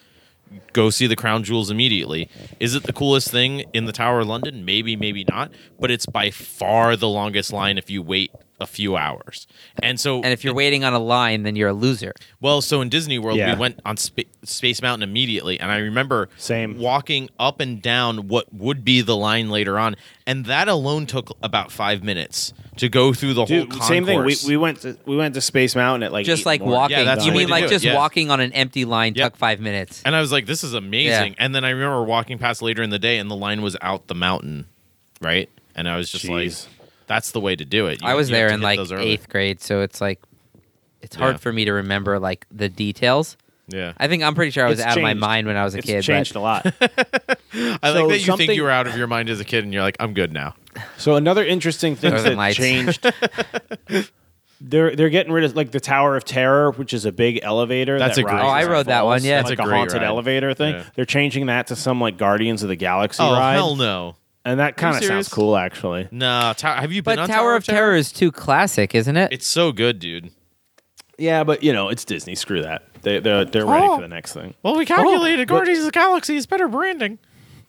[SPEAKER 3] go see the crown jewels immediately. Is it the coolest thing in the Tower of London? Maybe, maybe not. But it's by far the longest line if you wait a few hours. And so,
[SPEAKER 1] And if you're waiting on a line, then you're a loser.
[SPEAKER 3] well, so in Disney World,
[SPEAKER 2] Yeah.
[SPEAKER 3] we went on Spa Space Mountain immediately, and I remember
[SPEAKER 2] Same.
[SPEAKER 3] walking up and down what would be the line later on, and that alone took about five minutes to go through the whole.
[SPEAKER 2] Dude,
[SPEAKER 3] Concourse.
[SPEAKER 2] same thing. We, we went to we went to Space Mountain at like eight
[SPEAKER 1] Just
[SPEAKER 2] in
[SPEAKER 1] like
[SPEAKER 2] the morning.
[SPEAKER 1] walking.
[SPEAKER 3] Yeah, that's
[SPEAKER 1] you
[SPEAKER 3] the way
[SPEAKER 1] mean
[SPEAKER 3] to
[SPEAKER 1] like
[SPEAKER 3] do it,
[SPEAKER 1] just
[SPEAKER 3] yeah.
[SPEAKER 1] walking on an empty line
[SPEAKER 3] Yep.
[SPEAKER 1] took five minutes?
[SPEAKER 3] And I was like, this is amazing.
[SPEAKER 1] Yeah.
[SPEAKER 3] And then I remember walking past later in the day and the line was out the mountain, right? And I was just
[SPEAKER 2] Jeez.
[SPEAKER 3] like, that's the way to do it. You-
[SPEAKER 1] I was
[SPEAKER 3] you have
[SPEAKER 1] there
[SPEAKER 3] to
[SPEAKER 1] in
[SPEAKER 3] hit
[SPEAKER 1] like
[SPEAKER 3] those early.
[SPEAKER 1] eighth grade, so it's like it's hard
[SPEAKER 3] Yeah.
[SPEAKER 1] for me to remember like the details.
[SPEAKER 3] Yeah. I,
[SPEAKER 1] I think I'm pretty sure I was
[SPEAKER 2] It's
[SPEAKER 1] out of my
[SPEAKER 2] changed.
[SPEAKER 1] mind when I was a
[SPEAKER 2] It's
[SPEAKER 1] kid. but-
[SPEAKER 2] changed a lot. so
[SPEAKER 3] like that you think
[SPEAKER 2] something-
[SPEAKER 3] you were out of your mind as a kid and you're like, I'm good now.
[SPEAKER 2] So another interesting thing
[SPEAKER 1] Northern
[SPEAKER 2] that
[SPEAKER 1] Lights.
[SPEAKER 2] changed. They're they're getting rid of like the Tower of Terror, which is a big elevator.
[SPEAKER 3] That's
[SPEAKER 2] that
[SPEAKER 3] a great
[SPEAKER 2] rises
[SPEAKER 3] Oh, I
[SPEAKER 2] and
[SPEAKER 1] rode that
[SPEAKER 2] falls,
[SPEAKER 1] one, yeah.
[SPEAKER 2] like
[SPEAKER 1] That's
[SPEAKER 3] a
[SPEAKER 2] a,
[SPEAKER 3] great
[SPEAKER 2] haunted
[SPEAKER 3] ride.
[SPEAKER 2] elevator thing.
[SPEAKER 3] Yeah.
[SPEAKER 2] They're changing that to some like Guardians of the Galaxy
[SPEAKER 3] Oh,
[SPEAKER 2] ride,
[SPEAKER 3] hell no.
[SPEAKER 2] and that kind of
[SPEAKER 3] serious?
[SPEAKER 2] sounds cool actually.
[SPEAKER 3] Nah. Ta- have you
[SPEAKER 1] But
[SPEAKER 3] been on
[SPEAKER 1] Tower, of Terror? is too classic, isn't it?
[SPEAKER 3] It's so good, dude.
[SPEAKER 2] Yeah, but you know it's Disney. Screw that. They they're, they're ready for the next thing.
[SPEAKER 3] Well,
[SPEAKER 1] Oh,
[SPEAKER 3] we calculated Guardians of the Galaxy is better branding.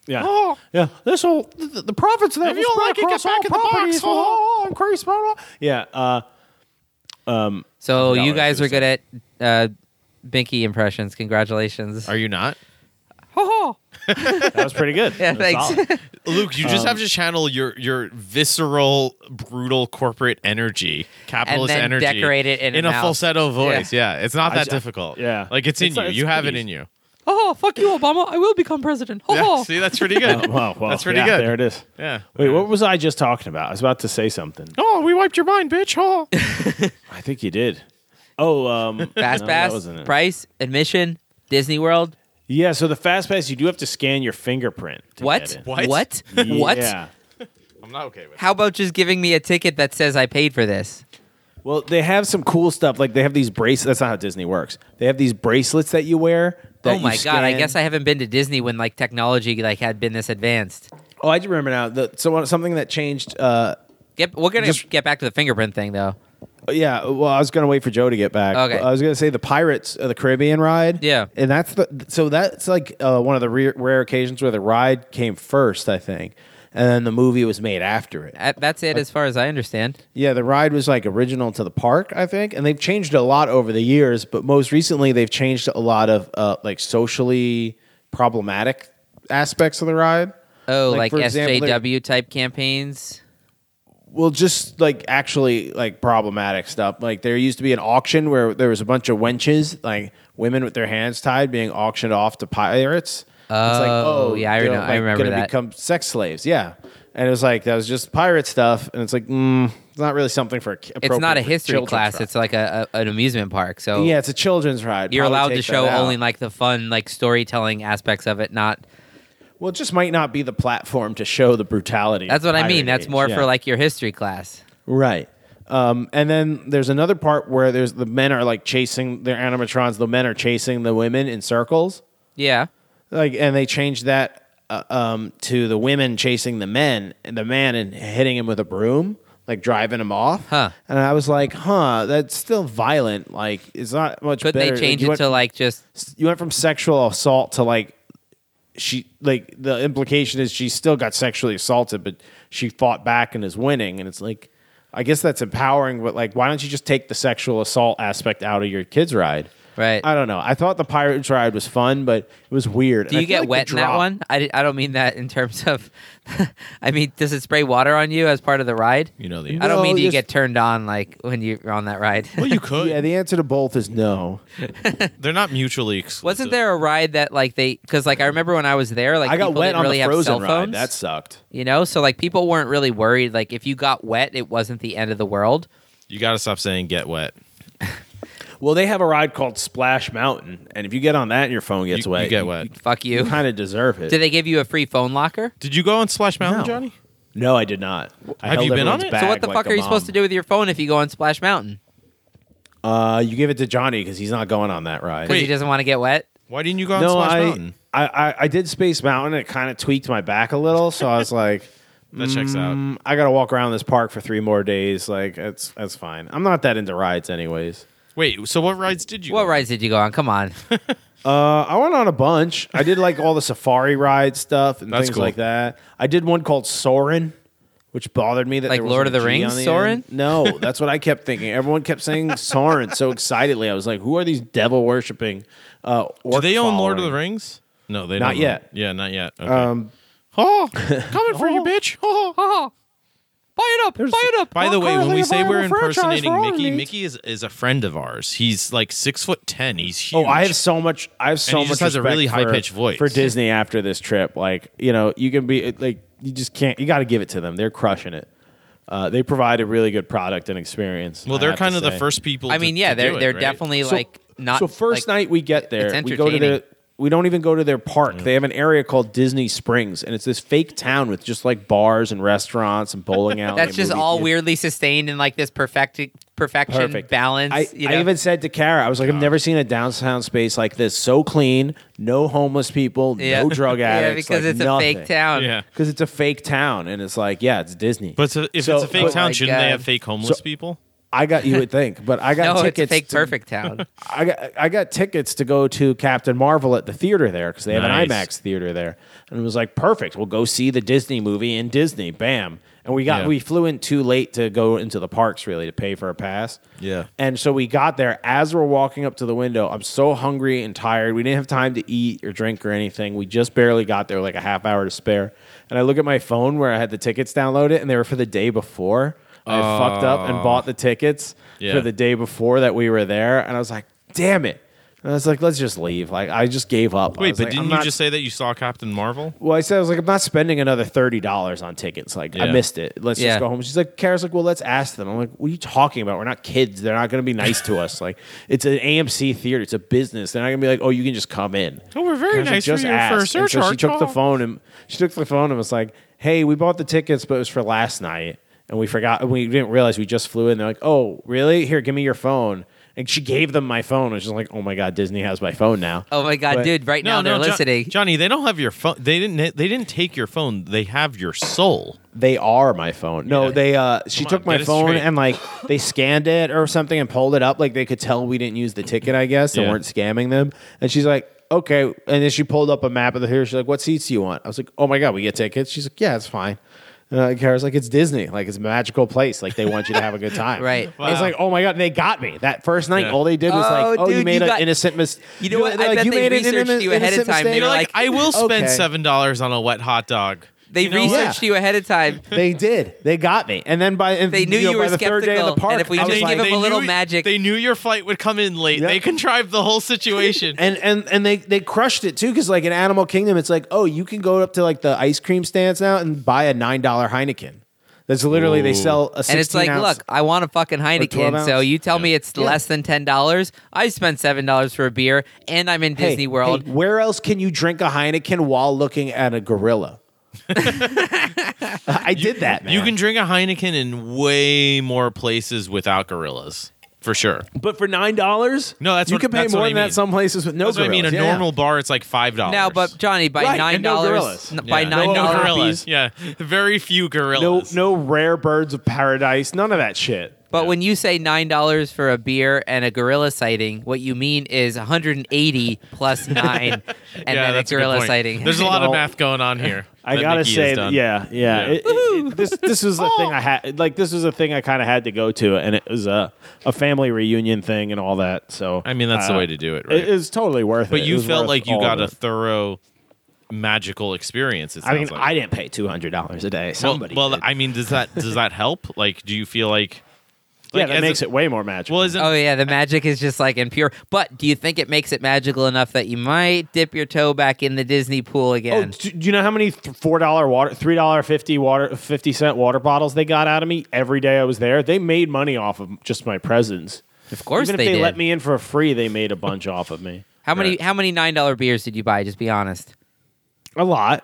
[SPEAKER 2] Yeah.
[SPEAKER 3] Oh.
[SPEAKER 2] Yeah. This will the, the profits that
[SPEAKER 3] If you don't like it, get back in the box. Oh.
[SPEAKER 2] will increase. Blah, blah. Yeah. Uh,
[SPEAKER 1] so
[SPEAKER 2] forgot
[SPEAKER 1] you
[SPEAKER 2] what I was
[SPEAKER 1] guys are
[SPEAKER 2] gonna
[SPEAKER 1] good at uh, Binky impressions. Congratulations.
[SPEAKER 3] Are you not?
[SPEAKER 2] that was pretty good.
[SPEAKER 1] Yeah,
[SPEAKER 2] That was
[SPEAKER 1] thanks.
[SPEAKER 2] solid.
[SPEAKER 3] Luke, you just have to channel your your visceral, brutal corporate energy, capitalist
[SPEAKER 1] then
[SPEAKER 3] energy,
[SPEAKER 1] decorate it in a
[SPEAKER 3] a
[SPEAKER 1] mouth.
[SPEAKER 3] falsetto voice. Yeah, it's not that
[SPEAKER 2] ju-
[SPEAKER 3] difficult.
[SPEAKER 2] yeah.
[SPEAKER 3] like it's in
[SPEAKER 2] It's
[SPEAKER 3] you.
[SPEAKER 2] not- it's
[SPEAKER 3] you have it
[SPEAKER 2] pretty
[SPEAKER 3] in you.
[SPEAKER 1] oh, fuck you, Obama! I will become president.
[SPEAKER 3] Yeah, see, that's pretty good.
[SPEAKER 2] Wow, wow.
[SPEAKER 3] That's pretty
[SPEAKER 2] Yeah,
[SPEAKER 3] good.
[SPEAKER 2] There it is.
[SPEAKER 3] Yeah.
[SPEAKER 2] Wait, what was I just talking about? I was about to say something.
[SPEAKER 3] Oh, we wiped your mind, bitch. Oh.
[SPEAKER 2] I think you did. Oh, um,
[SPEAKER 1] Fast
[SPEAKER 2] no, that
[SPEAKER 1] pass,
[SPEAKER 2] wasn't it.
[SPEAKER 1] price, admission, Disney World.
[SPEAKER 2] Yeah, so the fast pass, you do have to scan your fingerprint. to
[SPEAKER 1] What?
[SPEAKER 2] get in.
[SPEAKER 3] What?
[SPEAKER 1] What? what?
[SPEAKER 2] Yeah.
[SPEAKER 3] I'm not okay with. It.
[SPEAKER 1] How about just giving me a ticket that says I paid for this?
[SPEAKER 2] Well, they have some cool stuff. Like they have these bracelets. That's not how Disney works. They have these bracelets that you wear. That
[SPEAKER 1] oh my
[SPEAKER 2] you
[SPEAKER 1] god! I
[SPEAKER 2] scan.
[SPEAKER 1] guess I haven't been to Disney when like technology like had been this advanced.
[SPEAKER 2] Oh, I do remember now. The, so something that changed. Uh,
[SPEAKER 1] Get, we're gonna
[SPEAKER 2] Just-
[SPEAKER 1] get back to the fingerprint thing though.
[SPEAKER 2] Yeah, well, I was gonna wait for Joe to get back.
[SPEAKER 1] Okay.
[SPEAKER 2] I was gonna say the Pirates of the Caribbean ride.
[SPEAKER 1] Yeah.
[SPEAKER 2] and that's the so that's like uh, one of the rare, rare occasions where the ride came first, I think, and then the movie was made after it.
[SPEAKER 1] Uh, That's it, as far as I understand.
[SPEAKER 2] Yeah, the ride was like original to the park, I think, and they've changed a lot over the years. But most recently, they've changed a lot of uh, like socially problematic aspects of the ride.
[SPEAKER 1] Oh, like,
[SPEAKER 2] for example, they're-
[SPEAKER 1] SJW type campaigns.
[SPEAKER 2] Well, just like actually like problematic stuff. Like there used to be an auction where there was a bunch of wenches, like women with their hands tied, being auctioned off to pirates. it's like,
[SPEAKER 1] Oh, yeah, I
[SPEAKER 2] they're,
[SPEAKER 1] reno- I
[SPEAKER 2] like,
[SPEAKER 1] remember
[SPEAKER 2] gonna
[SPEAKER 1] that.
[SPEAKER 2] Become sex slaves, yeah. And it was like that was just pirate stuff, and it's like, mm, it's not really something for. a ki-
[SPEAKER 1] It's not a
[SPEAKER 2] appropriate for
[SPEAKER 1] history
[SPEAKER 2] children's
[SPEAKER 1] class.
[SPEAKER 2] ride.
[SPEAKER 1] It's like a, a an amusement park. So
[SPEAKER 2] yeah, it's a children's ride.
[SPEAKER 1] you're
[SPEAKER 2] Probably
[SPEAKER 1] allowed to
[SPEAKER 2] take that
[SPEAKER 1] show
[SPEAKER 2] out.
[SPEAKER 1] only like the fun, like storytelling aspects of it. Not
[SPEAKER 2] Well, it just might not be the platform to show the brutality.
[SPEAKER 1] that's what
[SPEAKER 2] of
[SPEAKER 1] I mean.
[SPEAKER 2] pirate
[SPEAKER 1] That's
[SPEAKER 2] age,
[SPEAKER 1] more
[SPEAKER 2] yeah.
[SPEAKER 1] for like your history class.
[SPEAKER 2] Right. Um, and then there's another part where there's the men are like chasing their animatrons. The men are chasing the women in circles,
[SPEAKER 1] Yeah.
[SPEAKER 2] like, and they changed that uh, um, to the women chasing the men and the man and hitting him with a broom, like driving him off.
[SPEAKER 1] Huh.
[SPEAKER 2] And I was like, huh, that's still violent. Like, it's not much.
[SPEAKER 1] Could
[SPEAKER 2] better.
[SPEAKER 1] they change
[SPEAKER 2] you
[SPEAKER 1] it
[SPEAKER 2] went-
[SPEAKER 1] to like just
[SPEAKER 2] you went from sexual assault to like she like the implication is she still got sexually assaulted but she fought back and is winning and it's like i guess that's empowering but like why don't you just take the sexual assault aspect out of your kids ride
[SPEAKER 1] Right.
[SPEAKER 2] i don't know i thought the pirates ride was fun but it was weird
[SPEAKER 1] Do you get wet in that one? I, I don't mean that in terms of. I mean, does it spray water on you as part of the ride?
[SPEAKER 3] You know the
[SPEAKER 1] I don't
[SPEAKER 2] No,
[SPEAKER 1] mean do you
[SPEAKER 2] just-
[SPEAKER 1] get turned on like when you're on that ride.
[SPEAKER 3] Well, you could.
[SPEAKER 2] yeah the answer to both is no
[SPEAKER 3] They're not mutually exclusive.
[SPEAKER 1] Wasn't there a ride that like they? Because like I remember when I was there, like
[SPEAKER 2] i got
[SPEAKER 1] people
[SPEAKER 2] wet
[SPEAKER 1] didn't
[SPEAKER 2] on
[SPEAKER 1] really
[SPEAKER 2] the
[SPEAKER 1] have
[SPEAKER 2] frozen
[SPEAKER 1] cell
[SPEAKER 2] ride
[SPEAKER 1] phones.
[SPEAKER 2] that sucked
[SPEAKER 1] you know, so like people weren't really worried. Like if you got wet, it wasn't the end of the world.
[SPEAKER 3] You got to stop saying get wet.
[SPEAKER 2] well they have a ride called splash mountain and if you get on that and your phone gets
[SPEAKER 3] you,
[SPEAKER 2] wet
[SPEAKER 3] you get wet.
[SPEAKER 1] Fuck
[SPEAKER 2] you
[SPEAKER 1] you.
[SPEAKER 2] kind of deserve it
[SPEAKER 1] Did they give you a free phone locker?
[SPEAKER 3] Did you go on Splash Mountain,
[SPEAKER 2] No.
[SPEAKER 3] Johnny?
[SPEAKER 2] No, I did not. I
[SPEAKER 3] Have
[SPEAKER 2] held
[SPEAKER 3] you been
[SPEAKER 2] everyone's
[SPEAKER 3] on it?
[SPEAKER 2] bag
[SPEAKER 1] So what the
[SPEAKER 2] like
[SPEAKER 1] fuck are you
[SPEAKER 2] mom.
[SPEAKER 1] supposed to do with your phone if you go on Splash Mountain?
[SPEAKER 2] Uh, you give it to Johnny because he's not going on that ride.
[SPEAKER 1] Because
[SPEAKER 3] Wait.
[SPEAKER 1] he doesn't want to get wet.
[SPEAKER 3] Why didn't you go on
[SPEAKER 2] no,
[SPEAKER 3] Splash
[SPEAKER 2] I,
[SPEAKER 3] Mountain?
[SPEAKER 2] I, I I did Space Mountain. and It kind of tweaked my back a little, so I was like,
[SPEAKER 3] That checks out.
[SPEAKER 2] mm, I got to walk around this park for three more days. Like that's that's fine. I'm not that into rides, anyways.
[SPEAKER 3] Wait, so what rides did you?
[SPEAKER 1] What
[SPEAKER 3] go on?
[SPEAKER 1] rides did you go on? Come on.
[SPEAKER 2] Uh, I went on a bunch. I did like all the safari ride stuff and
[SPEAKER 3] That's
[SPEAKER 2] things
[SPEAKER 3] cool.
[SPEAKER 2] like that. I did one called Soren, which bothered me that
[SPEAKER 1] Like
[SPEAKER 2] there
[SPEAKER 1] Lord
[SPEAKER 2] wasn't
[SPEAKER 1] of the
[SPEAKER 2] a G
[SPEAKER 1] Rings,
[SPEAKER 2] on
[SPEAKER 1] Sorin?
[SPEAKER 2] end. No, that's what I kept thinking. Everyone kept saying Soren so excitedly. I was like, who are these devil worshipping? Uh,
[SPEAKER 3] Do they own Lord of the Rings? No, they
[SPEAKER 2] Not
[SPEAKER 3] don't. own-
[SPEAKER 2] yet.
[SPEAKER 3] Yeah, not yet. Okay. Um, oh, coming for you, bitch. Oh, oh, oh.
[SPEAKER 1] Buy it up. buy it up.
[SPEAKER 3] By the way, when we say we're impersonating Mickey,
[SPEAKER 2] needs.
[SPEAKER 3] Mickey is, is a friend of ours. He's like six foot ten. He's
[SPEAKER 2] Oh,
[SPEAKER 3] huge.
[SPEAKER 2] I have so much. I have so
[SPEAKER 3] he
[SPEAKER 2] much.
[SPEAKER 3] just has a
[SPEAKER 2] respect
[SPEAKER 3] really
[SPEAKER 2] for-
[SPEAKER 3] high-pitched voice.
[SPEAKER 2] for Disney after this trip. Like you know, you can be like you just can't. You got to give it to them. They're crushing it. Uh, they provide a really good product and experience.
[SPEAKER 3] Well,
[SPEAKER 2] I
[SPEAKER 3] they're
[SPEAKER 2] have to
[SPEAKER 3] kind of the
[SPEAKER 2] say.
[SPEAKER 3] first people.
[SPEAKER 1] I
[SPEAKER 3] to-
[SPEAKER 1] mean,
[SPEAKER 3] to
[SPEAKER 1] yeah,
[SPEAKER 3] do
[SPEAKER 1] they're
[SPEAKER 3] it,
[SPEAKER 1] they're
[SPEAKER 3] right?
[SPEAKER 1] definitely
[SPEAKER 2] So-
[SPEAKER 1] like not.
[SPEAKER 2] So first
[SPEAKER 1] like-
[SPEAKER 2] night we get there,
[SPEAKER 1] it's
[SPEAKER 2] we go to
[SPEAKER 1] entertaining.
[SPEAKER 2] the. We don't even go to their park.
[SPEAKER 3] Mm.
[SPEAKER 2] They have an area called Disney Springs, and it's this fake town with just like bars and restaurants and bowling alley.
[SPEAKER 1] That's
[SPEAKER 2] and
[SPEAKER 1] just
[SPEAKER 2] movie
[SPEAKER 1] all
[SPEAKER 2] theaters.
[SPEAKER 1] weirdly sustained in like this perfect perfection balance.
[SPEAKER 2] I,
[SPEAKER 1] you
[SPEAKER 2] I
[SPEAKER 1] know? Oh.
[SPEAKER 2] even said to Kara, I was like, I've never seen a downtown space like this. So clean, no homeless people,
[SPEAKER 1] Yeah.
[SPEAKER 2] no drug
[SPEAKER 1] yeah,
[SPEAKER 2] addicts.
[SPEAKER 1] because
[SPEAKER 2] like
[SPEAKER 1] it's a fake
[SPEAKER 2] nothing.
[SPEAKER 1] town.
[SPEAKER 3] Yeah.
[SPEAKER 2] Because it's a fake town, and it's like, yeah, it's Disney.
[SPEAKER 3] But so, if
[SPEAKER 2] So-
[SPEAKER 3] it's a
[SPEAKER 2] but-
[SPEAKER 3] fake
[SPEAKER 1] Oh my
[SPEAKER 3] town, shouldn't
[SPEAKER 1] God.
[SPEAKER 3] they have fake homeless people?
[SPEAKER 2] I got you would think, but I got
[SPEAKER 1] No, it's
[SPEAKER 2] tickets.
[SPEAKER 1] a fake
[SPEAKER 2] to-
[SPEAKER 1] perfect town.
[SPEAKER 2] I got I got tickets to go to Captain Marvel at the theater there because they have an
[SPEAKER 3] Nice.
[SPEAKER 2] IMAX theater there, and it was like perfect. We'll go see the Disney movie in Disney. Bam. And we got
[SPEAKER 3] Yeah.
[SPEAKER 2] we flew in too late to go into the parks really to pay for a pass.
[SPEAKER 3] Yeah.
[SPEAKER 2] And so we got there as we're walking up to the window. I'm so hungry and tired. We didn't have time to eat or drink or anything. We just barely got there, like a half hour to spare. And I look at my phone where I had the tickets downloaded, and they were for the day before. I fucked up and bought the tickets
[SPEAKER 3] Yeah.
[SPEAKER 2] for the day before that we were there, and I was like, "Damn it!" And I was like, "Let's just leave." Like I just gave up. I
[SPEAKER 3] Wait,
[SPEAKER 2] was
[SPEAKER 3] but
[SPEAKER 2] like,
[SPEAKER 3] didn't
[SPEAKER 2] I'm
[SPEAKER 3] you
[SPEAKER 2] not-
[SPEAKER 3] just say that you saw Captain Marvel?
[SPEAKER 2] Well, I said I was like, "I'm not spending another thirty dollars on tickets. Like I
[SPEAKER 3] Yeah.
[SPEAKER 2] missed it. Let's
[SPEAKER 1] Yeah.
[SPEAKER 2] just go home." She's like, "Kara's like, well, let's ask them." I'm like, "What are you talking about? We're not kids. They're not going to be nice to us. Like it's an AMC theater. It's a business. They're not going to be like, oh, you can just come in.'
[SPEAKER 3] Oh, we're very
[SPEAKER 2] And I was like,
[SPEAKER 3] nice for your- for
[SPEAKER 2] ask."
[SPEAKER 3] a
[SPEAKER 2] And So she
[SPEAKER 3] surcharge.
[SPEAKER 2] took the
[SPEAKER 3] Oh.
[SPEAKER 2] phone phone and she took the phone and was like, "Hey, we bought the tickets, but it was for last night, and we forgot. We didn't realize we just flew in." They're like, "Oh, really? Here, give me your phone." And she gave them my phone, which is like, "Oh my god, Disney has my phone now."
[SPEAKER 1] Oh my god,
[SPEAKER 2] But-
[SPEAKER 1] dude! Right now they're
[SPEAKER 3] Jo-
[SPEAKER 1] listening.
[SPEAKER 3] Johnny. They don't have your phone. They didn't. They didn't take your phone. They have your soul.
[SPEAKER 2] They are my phone. No, they. uh She
[SPEAKER 3] Come
[SPEAKER 2] took
[SPEAKER 3] on,
[SPEAKER 2] my
[SPEAKER 3] get it
[SPEAKER 2] phone
[SPEAKER 3] straight.
[SPEAKER 2] and like they scanned it or something and pulled it up. Like they could tell we didn't use the ticket, I guess, and
[SPEAKER 3] Yeah.
[SPEAKER 2] weren't scamming them. And she's like, "Okay." And then she pulled up a map of the theater. She's like, "What seats do you want?" I was like, "Oh my god, we get tickets." She's like, "Yeah, it's fine." Uh, Kara's like, "It's Disney. Like it's a magical place. Like they want you to have a good time."
[SPEAKER 1] Right.
[SPEAKER 2] I was
[SPEAKER 3] Wow.
[SPEAKER 2] like, "Oh my god, they got me that first night.
[SPEAKER 3] Yeah.
[SPEAKER 2] All they did was like,
[SPEAKER 1] Oh,
[SPEAKER 2] oh, you
[SPEAKER 1] dude,
[SPEAKER 2] made
[SPEAKER 1] you
[SPEAKER 2] an
[SPEAKER 1] got-
[SPEAKER 2] innocent mistake.
[SPEAKER 1] You know what? I bet they researched you ahead of time. They
[SPEAKER 3] You're
[SPEAKER 1] They're
[SPEAKER 3] like,
[SPEAKER 1] like,
[SPEAKER 3] I will spend
[SPEAKER 2] okay.
[SPEAKER 3] seven dollars on a wet hot dog.
[SPEAKER 1] They
[SPEAKER 3] You know what?
[SPEAKER 1] researched
[SPEAKER 2] Yeah.
[SPEAKER 1] you ahead of time.
[SPEAKER 2] they did. They got me. And then by and,
[SPEAKER 1] They knew
[SPEAKER 2] know,
[SPEAKER 1] you
[SPEAKER 2] by
[SPEAKER 1] were
[SPEAKER 2] the third day of
[SPEAKER 1] skeptical,
[SPEAKER 2] the park,
[SPEAKER 1] and if we
[SPEAKER 2] I was
[SPEAKER 1] just
[SPEAKER 2] like,
[SPEAKER 1] give 'em a little
[SPEAKER 3] knew-
[SPEAKER 1] magic.
[SPEAKER 3] They knew your flight would come in late.
[SPEAKER 2] Yeah.
[SPEAKER 3] They contrived the whole situation.
[SPEAKER 2] and and and they they crushed it too because like in Animal Kingdom, it's like oh you can go up to like the ice cream stands now and buy a nine dollar Heineken. That's literally they sell a sixteen
[SPEAKER 1] And it's like,
[SPEAKER 2] ounce-
[SPEAKER 1] look, I want a fucking
[SPEAKER 2] 12
[SPEAKER 1] Heineken.
[SPEAKER 2] ounce?
[SPEAKER 1] So you tell me it's
[SPEAKER 2] Yeah.
[SPEAKER 1] less than ten dollars. I spent seven dollars for a beer, and I'm in
[SPEAKER 2] Hey,
[SPEAKER 1] Disney World.
[SPEAKER 2] hey, where else can you drink a Heineken while looking at a gorilla? I did that. Man.
[SPEAKER 3] you can drink a Heineken in way more places without gorillas, for sure.
[SPEAKER 2] but for nine dollars,
[SPEAKER 3] No, that's
[SPEAKER 2] you
[SPEAKER 3] what-
[SPEAKER 2] can pay
[SPEAKER 3] that's what
[SPEAKER 2] more
[SPEAKER 3] I
[SPEAKER 2] than that
[SPEAKER 3] mean.
[SPEAKER 2] some places with no.
[SPEAKER 3] That's what I mean. A
[SPEAKER 2] gorillas. Yeah, yeah.
[SPEAKER 3] normal bar, it's like five dollars.
[SPEAKER 1] Now, but Johnny, by
[SPEAKER 2] Right,
[SPEAKER 1] nine
[SPEAKER 2] and no
[SPEAKER 1] dollars,
[SPEAKER 2] gorillas.
[SPEAKER 1] by
[SPEAKER 3] Yeah.
[SPEAKER 1] nine
[SPEAKER 3] no
[SPEAKER 1] dollars,
[SPEAKER 3] gorillas. Yeah, very few
[SPEAKER 2] no,
[SPEAKER 3] gorillas.
[SPEAKER 2] no rare birds of paradise, none of that shit.
[SPEAKER 1] But when you say nine dollars for a beer and a gorilla sighting, what you mean is 180 plus nine, and then a
[SPEAKER 3] a good
[SPEAKER 1] gorilla
[SPEAKER 3] point.
[SPEAKER 1] sighting.
[SPEAKER 3] There's a lot of
[SPEAKER 2] Well,
[SPEAKER 3] math going on here.
[SPEAKER 2] I
[SPEAKER 3] that
[SPEAKER 2] gotta
[SPEAKER 3] Mickey has
[SPEAKER 2] say, that,
[SPEAKER 3] done.
[SPEAKER 2] yeah, yeah.
[SPEAKER 3] Yeah.
[SPEAKER 2] It- it- it- this this was the thing I had, like this was a thing I kind of had to go to, and it was a a family reunion thing and all that. So
[SPEAKER 3] I mean, that's the
[SPEAKER 2] uh,
[SPEAKER 3] way to do it, right?
[SPEAKER 2] It is totally worth it.
[SPEAKER 3] but
[SPEAKER 2] It
[SPEAKER 3] you
[SPEAKER 2] was
[SPEAKER 3] felt
[SPEAKER 2] worth
[SPEAKER 3] like you
[SPEAKER 2] all
[SPEAKER 3] got a
[SPEAKER 2] of it.
[SPEAKER 3] thorough magical experience. It
[SPEAKER 2] I mean,
[SPEAKER 3] sounds like.
[SPEAKER 2] I didn't pay two hundred dollars a day.
[SPEAKER 3] Well-
[SPEAKER 2] Somebody.
[SPEAKER 3] Well,
[SPEAKER 2] did.
[SPEAKER 3] I mean, does that does that help? Like, do you feel like?
[SPEAKER 2] yeah,
[SPEAKER 3] like,
[SPEAKER 2] that
[SPEAKER 3] as
[SPEAKER 2] makes
[SPEAKER 3] a-
[SPEAKER 2] it Uh, way more magical.
[SPEAKER 3] Well, isn't
[SPEAKER 1] Oh yeah, the magic is just like impure. But do you think it makes it magical enough that you might dip your toe back in the Disney pool
[SPEAKER 2] Oh,
[SPEAKER 1] again?
[SPEAKER 2] do, do you know how many th- four dollar water, three dollar fifty water, fifty cent water bottles they got out of me every day I was there? They made money off of just my presence.
[SPEAKER 1] of course
[SPEAKER 2] Even if
[SPEAKER 1] they,
[SPEAKER 2] they
[SPEAKER 1] did.
[SPEAKER 2] let me in for free, they made a bunch off of me.
[SPEAKER 1] how many
[SPEAKER 3] Right.
[SPEAKER 1] how many nine dollar beers did you buy? Just be honest.
[SPEAKER 2] A lot.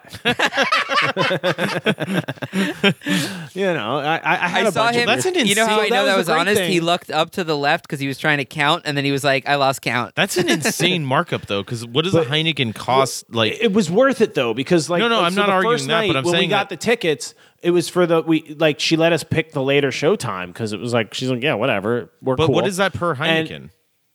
[SPEAKER 2] you know, I, I, I had a
[SPEAKER 1] I saw
[SPEAKER 2] bunch
[SPEAKER 1] him.
[SPEAKER 2] Of
[SPEAKER 3] That's an
[SPEAKER 1] you know how
[SPEAKER 3] insane-
[SPEAKER 1] I know
[SPEAKER 2] that
[SPEAKER 1] that
[SPEAKER 2] was
[SPEAKER 1] was
[SPEAKER 2] a great
[SPEAKER 1] honest. He
[SPEAKER 2] thing.
[SPEAKER 1] looked up to the left because he was trying to count, and then he was like, "I lost count."
[SPEAKER 3] that's an insane markup though? Because what does a Heineken cost? like,
[SPEAKER 2] it was worth it though because like
[SPEAKER 3] No, no,
[SPEAKER 2] like,
[SPEAKER 3] I'm
[SPEAKER 2] so
[SPEAKER 3] not
[SPEAKER 2] the
[SPEAKER 3] arguing
[SPEAKER 2] first
[SPEAKER 3] that, but
[SPEAKER 2] night,
[SPEAKER 3] I'm
[SPEAKER 2] when we
[SPEAKER 3] saying
[SPEAKER 2] got
[SPEAKER 3] that-
[SPEAKER 2] the tickets, it was for the we like she let us pick the later showtime because it was like she's like yeah whatever we're
[SPEAKER 3] but
[SPEAKER 2] cool.
[SPEAKER 3] what is that per
[SPEAKER 2] And-
[SPEAKER 3] Heineken?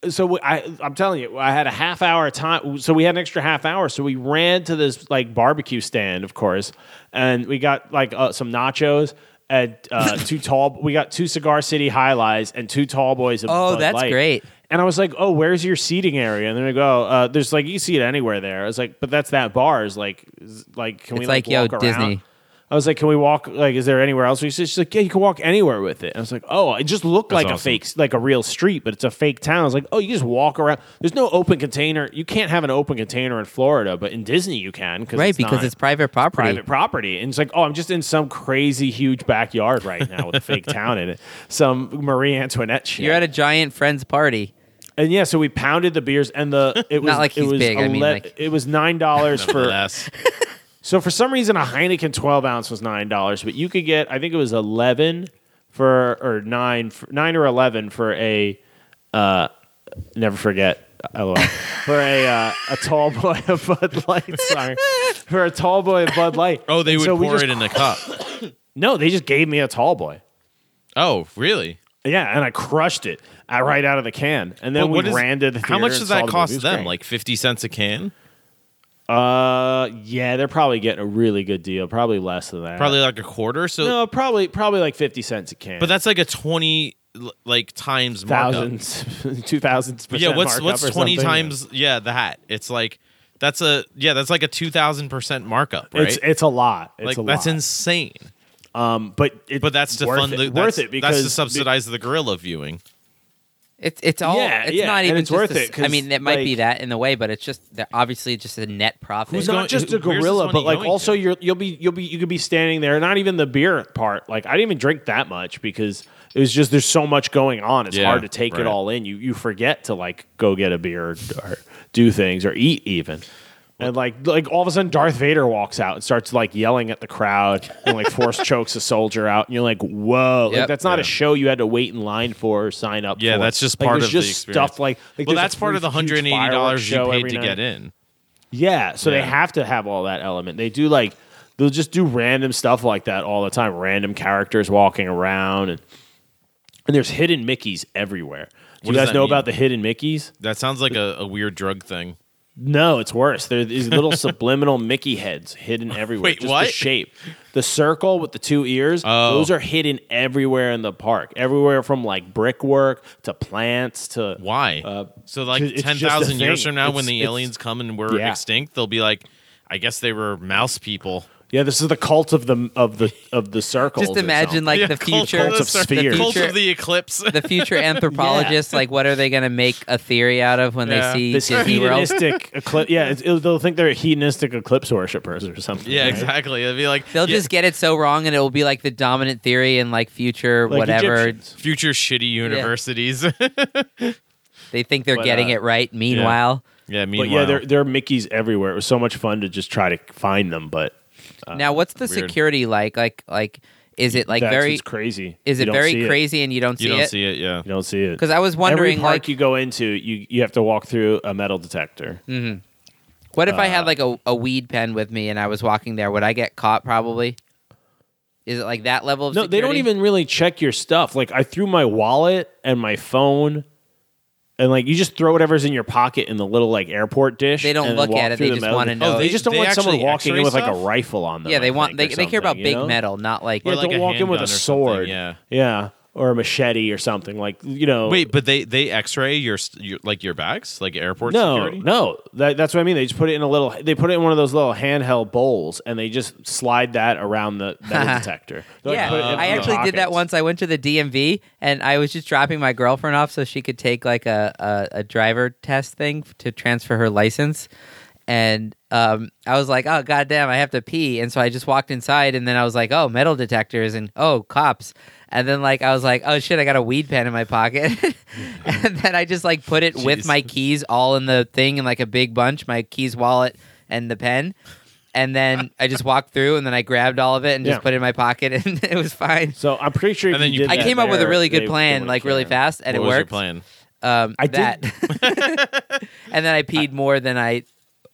[SPEAKER 2] so we- I, I'm telling you, I had a half hour time. So we had an extra half hour. So we ran to this like barbecue stand, of course, and we got like uh, some nachos and uh, two tall. We got two Cigar City High Lies and two Tall Boys. Of
[SPEAKER 1] Oh,
[SPEAKER 2] Bud
[SPEAKER 1] that's
[SPEAKER 2] Light.
[SPEAKER 1] great.
[SPEAKER 2] And I was like, "Oh, where's your seating area?" And then we go, uh, "There's like you see it anywhere there." I was like, "But that's that bar is like, is- like can we
[SPEAKER 1] It's like, yo,
[SPEAKER 2] walk around?"
[SPEAKER 1] Disney.
[SPEAKER 2] I was like, "Can we walk? Like, is there anywhere else?" we should?" She's like, "Yeah, you can walk anywhere with it." And I was like, "Oh, it just looked like a
[SPEAKER 3] awesome.
[SPEAKER 2] fake, like a real street, but it's a fake town." I was like, "Oh, you just walk around. There's no open container. You can't have an open container in Florida, but in Disney you can, cause
[SPEAKER 1] right,
[SPEAKER 2] it's
[SPEAKER 1] because
[SPEAKER 2] not
[SPEAKER 1] it's private property.
[SPEAKER 2] private property." And it's like, "Oh, I'm just in some crazy huge backyard right now with a fake town in it, some Marie Antoinette shit."
[SPEAKER 1] You're at a giant friend's party.
[SPEAKER 2] and yeah, so we pounded the beers, and the it was
[SPEAKER 1] like
[SPEAKER 2] it
[SPEAKER 1] he's
[SPEAKER 2] was
[SPEAKER 1] big, I mean,
[SPEAKER 2] ele-
[SPEAKER 1] like-
[SPEAKER 2] it was nine dollars for
[SPEAKER 3] Yes.
[SPEAKER 2] so for some reason, a Heineken 12 ounce was nine dollars, but you could get I think it was eleven for or nine for, nine or eleven for a uh, never forget. uh, LOL. For a uh, a tall boy of Bud Light, sorry. For a tall boy of Bud Light.
[SPEAKER 3] Oh, they
[SPEAKER 2] And
[SPEAKER 3] would
[SPEAKER 2] so we
[SPEAKER 3] pour
[SPEAKER 2] just-
[SPEAKER 3] it in a cup.
[SPEAKER 2] No, they just gave me a tall boy.
[SPEAKER 3] Oh, really?
[SPEAKER 2] Yeah, and I crushed it uh, right out of the can, and then
[SPEAKER 3] But what
[SPEAKER 2] we
[SPEAKER 3] is-
[SPEAKER 2] ran to the
[SPEAKER 3] How
[SPEAKER 2] theater
[SPEAKER 3] much does
[SPEAKER 2] and saw
[SPEAKER 3] that
[SPEAKER 2] the
[SPEAKER 3] cost
[SPEAKER 2] movie. It was
[SPEAKER 3] them?
[SPEAKER 2] great.
[SPEAKER 3] Like fifty cents a can?
[SPEAKER 2] uh, yeah, they're probably getting a really good deal, probably less than that.
[SPEAKER 3] Probably like a quarter. So,
[SPEAKER 2] no, probably probably like fifty cents a can.
[SPEAKER 3] but that's like a twenty l- like times markup.
[SPEAKER 2] thousands, two thousands.
[SPEAKER 3] But yeah, what's
[SPEAKER 2] markup
[SPEAKER 3] what's
[SPEAKER 2] or
[SPEAKER 3] twenty
[SPEAKER 2] something.
[SPEAKER 3] times? Yeah, that. It's like that's a yeah, that's like a two thousand percent markup, right?
[SPEAKER 2] It's it's a lot. It's
[SPEAKER 3] like
[SPEAKER 2] a
[SPEAKER 3] that's
[SPEAKER 2] lot.
[SPEAKER 3] insane.
[SPEAKER 2] Um, but it,
[SPEAKER 3] But that's to
[SPEAKER 2] worth
[SPEAKER 3] fund
[SPEAKER 2] it,
[SPEAKER 3] the
[SPEAKER 2] worth
[SPEAKER 3] that's,
[SPEAKER 2] it because
[SPEAKER 3] that's to subsidize the gorilla viewing.
[SPEAKER 1] It's it's all.
[SPEAKER 2] Yeah,
[SPEAKER 1] it's
[SPEAKER 2] yeah,
[SPEAKER 1] not
[SPEAKER 2] and
[SPEAKER 1] even
[SPEAKER 2] it's
[SPEAKER 1] just
[SPEAKER 2] worth
[SPEAKER 1] a s-
[SPEAKER 2] it,
[SPEAKER 1] I
[SPEAKER 2] 'cause,
[SPEAKER 1] mean, it might be
[SPEAKER 2] like-
[SPEAKER 1] that in the way, but it's just they're obviously just a net profit.
[SPEAKER 2] Who's not
[SPEAKER 3] going-
[SPEAKER 2] just
[SPEAKER 3] who-
[SPEAKER 2] a
[SPEAKER 3] where's this
[SPEAKER 2] gorilla,
[SPEAKER 3] money
[SPEAKER 2] but like
[SPEAKER 3] going
[SPEAKER 2] also
[SPEAKER 3] to?
[SPEAKER 2] you're you'll be you'll be you could be standing there. Not even the beer part. Like I didn't even drink that much because it was just there's so much going on. It's
[SPEAKER 3] Yeah,
[SPEAKER 2] hard to take
[SPEAKER 3] right.
[SPEAKER 2] it all in. You you forget to like go get a beer or, or do things or eat even. And like like all of a sudden Darth Vader walks out and starts like yelling at the crowd and like force chokes a soldier out and you're like whoa like
[SPEAKER 1] Yep.
[SPEAKER 2] that's not a show you had to wait in line for or sign up
[SPEAKER 3] Yeah,
[SPEAKER 2] for.
[SPEAKER 3] that's just
[SPEAKER 2] Like,
[SPEAKER 3] part
[SPEAKER 2] there's
[SPEAKER 3] of the
[SPEAKER 2] just
[SPEAKER 3] experience.
[SPEAKER 2] stuff like, like
[SPEAKER 3] well,
[SPEAKER 2] there's a
[SPEAKER 3] that's part of the
[SPEAKER 2] huge
[SPEAKER 3] hundred and eighty
[SPEAKER 2] fireworks
[SPEAKER 3] dollars you
[SPEAKER 2] show
[SPEAKER 3] paid
[SPEAKER 2] every
[SPEAKER 3] to
[SPEAKER 2] night.
[SPEAKER 3] get in.
[SPEAKER 2] Yeah, so they
[SPEAKER 3] Yeah.
[SPEAKER 2] have to have all that element. They do like they'll just do random stuff like that all the time. Random characters walking around and and there's hidden Mickeys everywhere. Do you
[SPEAKER 3] What does
[SPEAKER 2] guys
[SPEAKER 3] that
[SPEAKER 2] know
[SPEAKER 3] mean?
[SPEAKER 2] about the hidden Mickeys?
[SPEAKER 3] That sounds like a, a weird drug thing.
[SPEAKER 2] No, it's worse. There are these little subliminal Mickey heads hidden everywhere.
[SPEAKER 3] Wait,
[SPEAKER 2] just
[SPEAKER 3] what?
[SPEAKER 2] The shape, the circle with the two ears.
[SPEAKER 3] Oh.
[SPEAKER 2] Those are hidden everywhere in the park. Everywhere from like brickwork to plants to
[SPEAKER 3] Why?
[SPEAKER 2] Uh,
[SPEAKER 3] so like
[SPEAKER 2] it's
[SPEAKER 3] ten
[SPEAKER 2] just a
[SPEAKER 3] thousand years
[SPEAKER 2] thing.
[SPEAKER 3] from now, when
[SPEAKER 2] It's-
[SPEAKER 3] the
[SPEAKER 2] it's-
[SPEAKER 3] aliens come and we're
[SPEAKER 2] Yeah.
[SPEAKER 3] extinct, they'll be like, I guess they were mouse people.
[SPEAKER 2] Yeah, this is the cult of the of the of the circle.
[SPEAKER 1] just imagine like
[SPEAKER 3] Yeah,
[SPEAKER 1] the
[SPEAKER 3] cult-
[SPEAKER 1] future,
[SPEAKER 2] Cult of
[SPEAKER 1] the
[SPEAKER 2] spheres.
[SPEAKER 1] future-
[SPEAKER 3] Cult of the eclipse.
[SPEAKER 1] the future anthropologists, like, what are they going to make a theory out of when
[SPEAKER 3] Yeah.
[SPEAKER 1] they see
[SPEAKER 2] this
[SPEAKER 1] Disney World?
[SPEAKER 2] hedonistic eclipse. Yeah, it's, it'll, they'll think they're hedonistic eclipse worshippers or something.
[SPEAKER 3] yeah,
[SPEAKER 2] right?
[SPEAKER 3] exactly. It'd be like
[SPEAKER 1] They'll
[SPEAKER 3] yeah,
[SPEAKER 1] just get it so wrong, and it will be like the dominant theory in like future
[SPEAKER 2] Like
[SPEAKER 1] whatever.
[SPEAKER 2] Egyptians.
[SPEAKER 3] future shitty universities.
[SPEAKER 1] They think they're
[SPEAKER 2] But,
[SPEAKER 1] getting
[SPEAKER 2] uh,
[SPEAKER 1] it right. Meanwhile,
[SPEAKER 3] yeah,
[SPEAKER 2] But
[SPEAKER 3] meanwhile,
[SPEAKER 2] yeah, there there are Mickey's everywhere. It was so much fun to just try to find them, but
[SPEAKER 1] now what's the
[SPEAKER 3] weird.
[SPEAKER 1] security like? Like, like, is it like
[SPEAKER 2] Uh, that's
[SPEAKER 1] very?
[SPEAKER 2] what's crazy.
[SPEAKER 1] Is
[SPEAKER 2] You
[SPEAKER 1] it
[SPEAKER 2] don't see
[SPEAKER 1] very crazy, and you don't see
[SPEAKER 3] you don't
[SPEAKER 1] it?
[SPEAKER 3] see it. Yeah,
[SPEAKER 2] You don't see it
[SPEAKER 1] 'Cause I was
[SPEAKER 2] Every
[SPEAKER 1] wondering,
[SPEAKER 2] park
[SPEAKER 1] like-
[SPEAKER 2] you go into, you you have to walk through a metal detector.
[SPEAKER 1] What if I
[SPEAKER 2] Uh,
[SPEAKER 1] had like a, a weed pen with me and I was walking there? Would I get caught probably? Is it like that level of
[SPEAKER 2] No, they don't
[SPEAKER 1] security?
[SPEAKER 2] even really check your stuff. Like I threw my wallet and my phone. And like you just throw whatever's in your pocket in the little like airport dish.
[SPEAKER 1] They don't
[SPEAKER 2] and then
[SPEAKER 1] look
[SPEAKER 2] walk
[SPEAKER 1] at it,
[SPEAKER 2] through
[SPEAKER 1] they
[SPEAKER 2] the
[SPEAKER 1] just
[SPEAKER 2] metal
[SPEAKER 1] wanna
[SPEAKER 2] detector.
[SPEAKER 1] know
[SPEAKER 2] Oh, they
[SPEAKER 1] it.
[SPEAKER 2] just don't
[SPEAKER 3] They
[SPEAKER 2] want someone
[SPEAKER 3] actually
[SPEAKER 2] walking in
[SPEAKER 3] X-ray
[SPEAKER 2] with like a
[SPEAKER 3] stuff?
[SPEAKER 2] rifle on them.
[SPEAKER 1] Yeah,
[SPEAKER 2] I
[SPEAKER 1] they want
[SPEAKER 2] think,
[SPEAKER 1] they,
[SPEAKER 2] or
[SPEAKER 1] they care about
[SPEAKER 2] something, you
[SPEAKER 1] big
[SPEAKER 2] know?
[SPEAKER 1] metal, not like
[SPEAKER 2] Yeah,
[SPEAKER 3] like
[SPEAKER 2] don't
[SPEAKER 3] a
[SPEAKER 2] walk in with
[SPEAKER 3] handgun or
[SPEAKER 2] a
[SPEAKER 3] something,
[SPEAKER 2] sword.
[SPEAKER 3] yeah.
[SPEAKER 2] yeah, or a machete or something like you know.
[SPEAKER 3] Wait, but they they X-ray your, st- your like your bags, like airport
[SPEAKER 2] no,
[SPEAKER 3] security.
[SPEAKER 2] no, that, that's what I mean. They just put it in a little. They put it in one of those little handheld bowls, and they just slide that around the metal detector. They, like,
[SPEAKER 1] Yeah,
[SPEAKER 2] put it in
[SPEAKER 1] I
[SPEAKER 2] their
[SPEAKER 1] actually did that
[SPEAKER 2] pockets.
[SPEAKER 1] once. I went to the DMV and I was just dropping my girlfriend off so she could take like a, a, a driver test thing to transfer her license. And um, I was like, oh, goddamn, I have to pee. And so I just walked inside and then I was like, oh, metal detectors and oh, cops. And then like I was like, oh shit, I got a weed pen in my pocket. and then I just like put it with my keys all in the thing in like a big bunch, my keys, wallet, and the pen. And then I just walked through and then I grabbed all of it and
[SPEAKER 2] Yeah.
[SPEAKER 1] just put it in my pocket and it was fine.
[SPEAKER 2] So I'm pretty sure. if
[SPEAKER 3] And then
[SPEAKER 2] you
[SPEAKER 3] you
[SPEAKER 2] did
[SPEAKER 1] I
[SPEAKER 2] that
[SPEAKER 1] came up with a
[SPEAKER 2] there,
[SPEAKER 1] really
[SPEAKER 2] they-
[SPEAKER 1] good
[SPEAKER 2] they
[SPEAKER 1] plan,
[SPEAKER 2] wouldn't
[SPEAKER 1] like
[SPEAKER 2] care.
[SPEAKER 1] really fast, and
[SPEAKER 3] what
[SPEAKER 1] it
[SPEAKER 3] was your
[SPEAKER 1] worked.
[SPEAKER 3] plan?
[SPEAKER 1] Um,
[SPEAKER 2] I
[SPEAKER 1] that.
[SPEAKER 2] did-
[SPEAKER 1] and then I peed more than I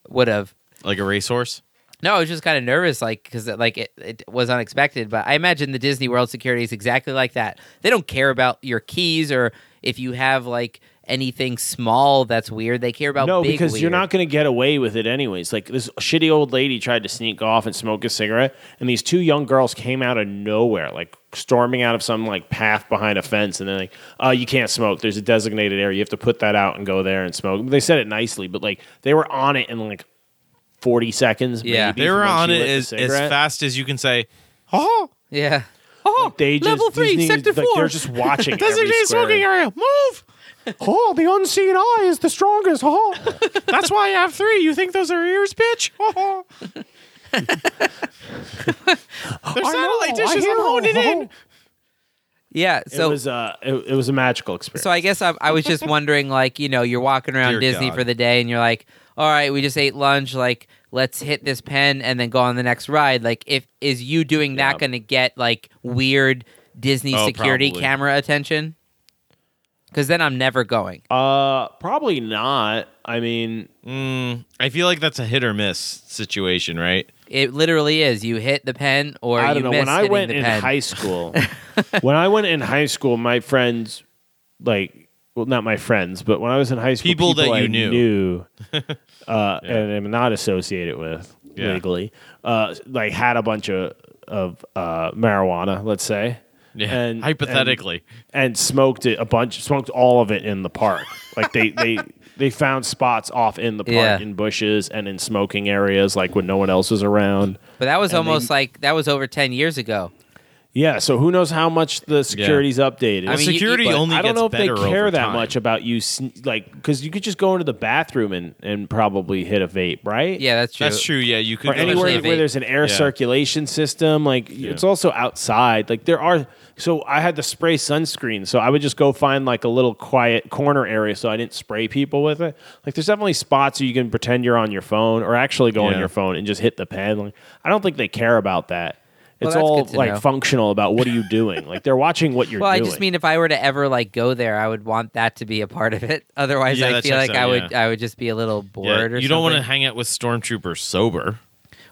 [SPEAKER 1] would have.
[SPEAKER 3] Like a racehorse?
[SPEAKER 1] No, I was just kind of nervous, like because like it, it was unexpected. But I imagine the Disney World security is exactly like that. They don't care about your keys or if you have like anything small that's weird. They care about
[SPEAKER 2] no,
[SPEAKER 1] big
[SPEAKER 2] because you're
[SPEAKER 1] weird.
[SPEAKER 2] not going to get away with it anyways. Like this shitty old lady tried to sneak off and smoke a cigarette, and these two young girls came out of nowhere, like storming out of some like path behind a fence, and they're like, "Oh, you can't smoke. There's a designated area. You have to put that out and go there and smoke." They said it nicely, but like they were on it in like 40 seconds.
[SPEAKER 1] Yeah.
[SPEAKER 2] maybe,
[SPEAKER 3] They
[SPEAKER 2] from
[SPEAKER 3] were
[SPEAKER 2] when she
[SPEAKER 3] on
[SPEAKER 2] lit
[SPEAKER 3] it
[SPEAKER 2] the
[SPEAKER 3] as, as
[SPEAKER 2] cigarette.
[SPEAKER 3] fast as you can say, oh,
[SPEAKER 1] Yeah. Oh,
[SPEAKER 2] They just
[SPEAKER 1] level three,
[SPEAKER 2] Disney-
[SPEAKER 1] sector
[SPEAKER 2] like,
[SPEAKER 1] four.
[SPEAKER 2] They're just watching. every
[SPEAKER 3] designated
[SPEAKER 2] square
[SPEAKER 3] smoking
[SPEAKER 2] inch.
[SPEAKER 3] area, move.
[SPEAKER 2] Oh, the unseen eye is the strongest. Oh.
[SPEAKER 3] That's why I have three. You think those are ears, bitch? Oh. Their satellite dishes are honing
[SPEAKER 2] Oh.
[SPEAKER 3] in.
[SPEAKER 1] yeah.
[SPEAKER 2] It
[SPEAKER 1] So
[SPEAKER 2] was uh, it, it was a magical experience.
[SPEAKER 1] So I guess I, I was just wondering, like, you know, you're walking around
[SPEAKER 3] Dear
[SPEAKER 1] Disney
[SPEAKER 3] God.
[SPEAKER 1] for the day, and you're like, all right, we just ate lunch. Like, let's hit this pen and then go on the next ride. Like, if is you doing that going to get like weird Disney
[SPEAKER 3] Oh,
[SPEAKER 1] security
[SPEAKER 3] probably.
[SPEAKER 1] camera attention? Because then I'm never going.
[SPEAKER 2] Uh, probably not. I mean,
[SPEAKER 3] Mm, I feel like that's a hit or miss situation, right?
[SPEAKER 1] It literally is. You hit the pen, or
[SPEAKER 2] I
[SPEAKER 1] you
[SPEAKER 2] don't know.
[SPEAKER 1] miss
[SPEAKER 2] When I
[SPEAKER 1] hitting
[SPEAKER 2] went
[SPEAKER 1] the
[SPEAKER 2] in
[SPEAKER 1] pen.
[SPEAKER 2] high school, when I went in high school, my friends, like, well, not my friends, but when I was in high school,
[SPEAKER 3] People that you
[SPEAKER 2] I
[SPEAKER 3] knew.
[SPEAKER 2] uh, and am not associated with
[SPEAKER 3] Yeah.
[SPEAKER 2] legally, uh, like had a bunch of of uh, marijuana, let's say,
[SPEAKER 3] Yeah, hypothetically.
[SPEAKER 2] and, and smoked it a bunch, smoked all of it in the park. like they they they found spots off in the park
[SPEAKER 1] Yeah.
[SPEAKER 2] in bushes and in smoking areas, like when no one else was around.
[SPEAKER 1] but that was almost like that was over ten years ago.
[SPEAKER 2] Yeah, so who knows how much the security's updated?
[SPEAKER 1] I mean, you-
[SPEAKER 3] Security
[SPEAKER 1] but
[SPEAKER 3] only
[SPEAKER 2] I don't
[SPEAKER 3] gets
[SPEAKER 2] know if they
[SPEAKER 3] better over
[SPEAKER 2] care that
[SPEAKER 3] time.
[SPEAKER 2] much about you, sn- like, because you could just go into the bathroom and, and probably hit a vape, right?
[SPEAKER 1] Yeah, that's true.
[SPEAKER 3] That's true. Yeah, you could
[SPEAKER 2] Or
[SPEAKER 3] go to
[SPEAKER 2] anywhere
[SPEAKER 1] Especially
[SPEAKER 3] the-
[SPEAKER 1] if
[SPEAKER 2] where
[SPEAKER 1] vape.
[SPEAKER 2] there's an air
[SPEAKER 3] Yeah.
[SPEAKER 2] circulation system, like it's also outside. Like there are, so I had to spray sunscreen, so I would just go find like a little quiet corner area, so I didn't spray people with it. Like there's definitely spots where you can pretend you're on your phone, or actually go on
[SPEAKER 3] Yeah.
[SPEAKER 2] your phone and just hit the pen. Like I don't think they care about that. It's
[SPEAKER 1] that's
[SPEAKER 2] all
[SPEAKER 1] good to
[SPEAKER 2] like
[SPEAKER 1] know.
[SPEAKER 2] functional about what are you doing? like they're watching what you're
[SPEAKER 1] Well,
[SPEAKER 2] doing.
[SPEAKER 1] I just mean if I were to ever like go there, I would want that to be a part of it. Otherwise,
[SPEAKER 3] Yeah,
[SPEAKER 1] I
[SPEAKER 3] that
[SPEAKER 1] feel
[SPEAKER 3] checks
[SPEAKER 1] like
[SPEAKER 3] out,
[SPEAKER 1] I would
[SPEAKER 3] yeah.
[SPEAKER 1] I would just be a little bored.
[SPEAKER 3] Yeah,
[SPEAKER 1] or
[SPEAKER 3] you don't want to
[SPEAKER 1] something.
[SPEAKER 3] hang out with stormtroopers sober.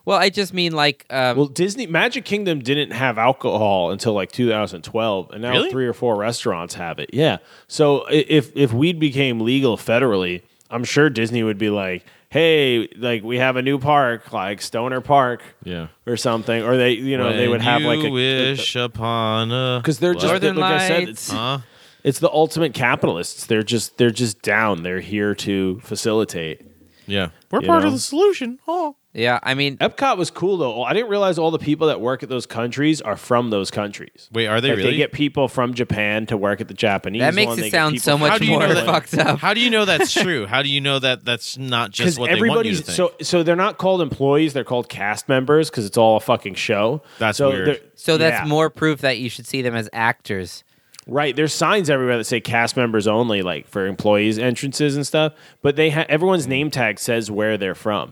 [SPEAKER 1] Well, I just mean like um,
[SPEAKER 2] Well, Disney Magic Kingdom didn't have alcohol until like 2012, and now
[SPEAKER 3] Really?
[SPEAKER 2] three or four restaurants have it. Yeah. So i- if if weed became legal federally, I'm sure Disney would be like, "Hey, like we have a new park, like Stoner Park,
[SPEAKER 3] Yeah.
[SPEAKER 2] or something." Or they, you know, they would have like
[SPEAKER 3] you
[SPEAKER 2] a
[SPEAKER 3] wish upon a
[SPEAKER 2] because they're just
[SPEAKER 1] Northern
[SPEAKER 2] like I said,
[SPEAKER 1] Lights.
[SPEAKER 2] it's,
[SPEAKER 3] Huh?
[SPEAKER 2] it's the ultimate capitalists. They're just they're just down. They're here to facilitate.
[SPEAKER 3] Yeah, we're
[SPEAKER 2] You
[SPEAKER 3] part
[SPEAKER 2] know?
[SPEAKER 3] of the solution. Oh,
[SPEAKER 1] yeah, I mean
[SPEAKER 2] Epcot was cool though. I didn't realize all the people that work at those countries are from those countries.
[SPEAKER 3] Wait, are they
[SPEAKER 2] Like,
[SPEAKER 3] really?
[SPEAKER 2] They get people from Japan to work at the Japanese.
[SPEAKER 1] That makes
[SPEAKER 2] one.
[SPEAKER 1] it
[SPEAKER 2] They get
[SPEAKER 1] sound
[SPEAKER 2] people
[SPEAKER 1] so
[SPEAKER 2] from
[SPEAKER 1] much
[SPEAKER 3] How do you
[SPEAKER 1] more
[SPEAKER 3] know that-
[SPEAKER 1] fucked up.
[SPEAKER 3] How do you know that's true? How do you know that that's not just
[SPEAKER 2] Because
[SPEAKER 3] what they want you to
[SPEAKER 2] everybody's
[SPEAKER 3] think?
[SPEAKER 2] so so they're not called employees; they're called cast members because it's all a fucking show.
[SPEAKER 3] That's
[SPEAKER 2] so
[SPEAKER 3] weird.
[SPEAKER 2] they're-
[SPEAKER 1] so that's
[SPEAKER 2] yeah.
[SPEAKER 1] more proof that you should see them as actors.
[SPEAKER 2] right. There's signs everywhere that say cast members only, like for employees' entrances and stuff. But they ha- everyone's name tag says where they're from.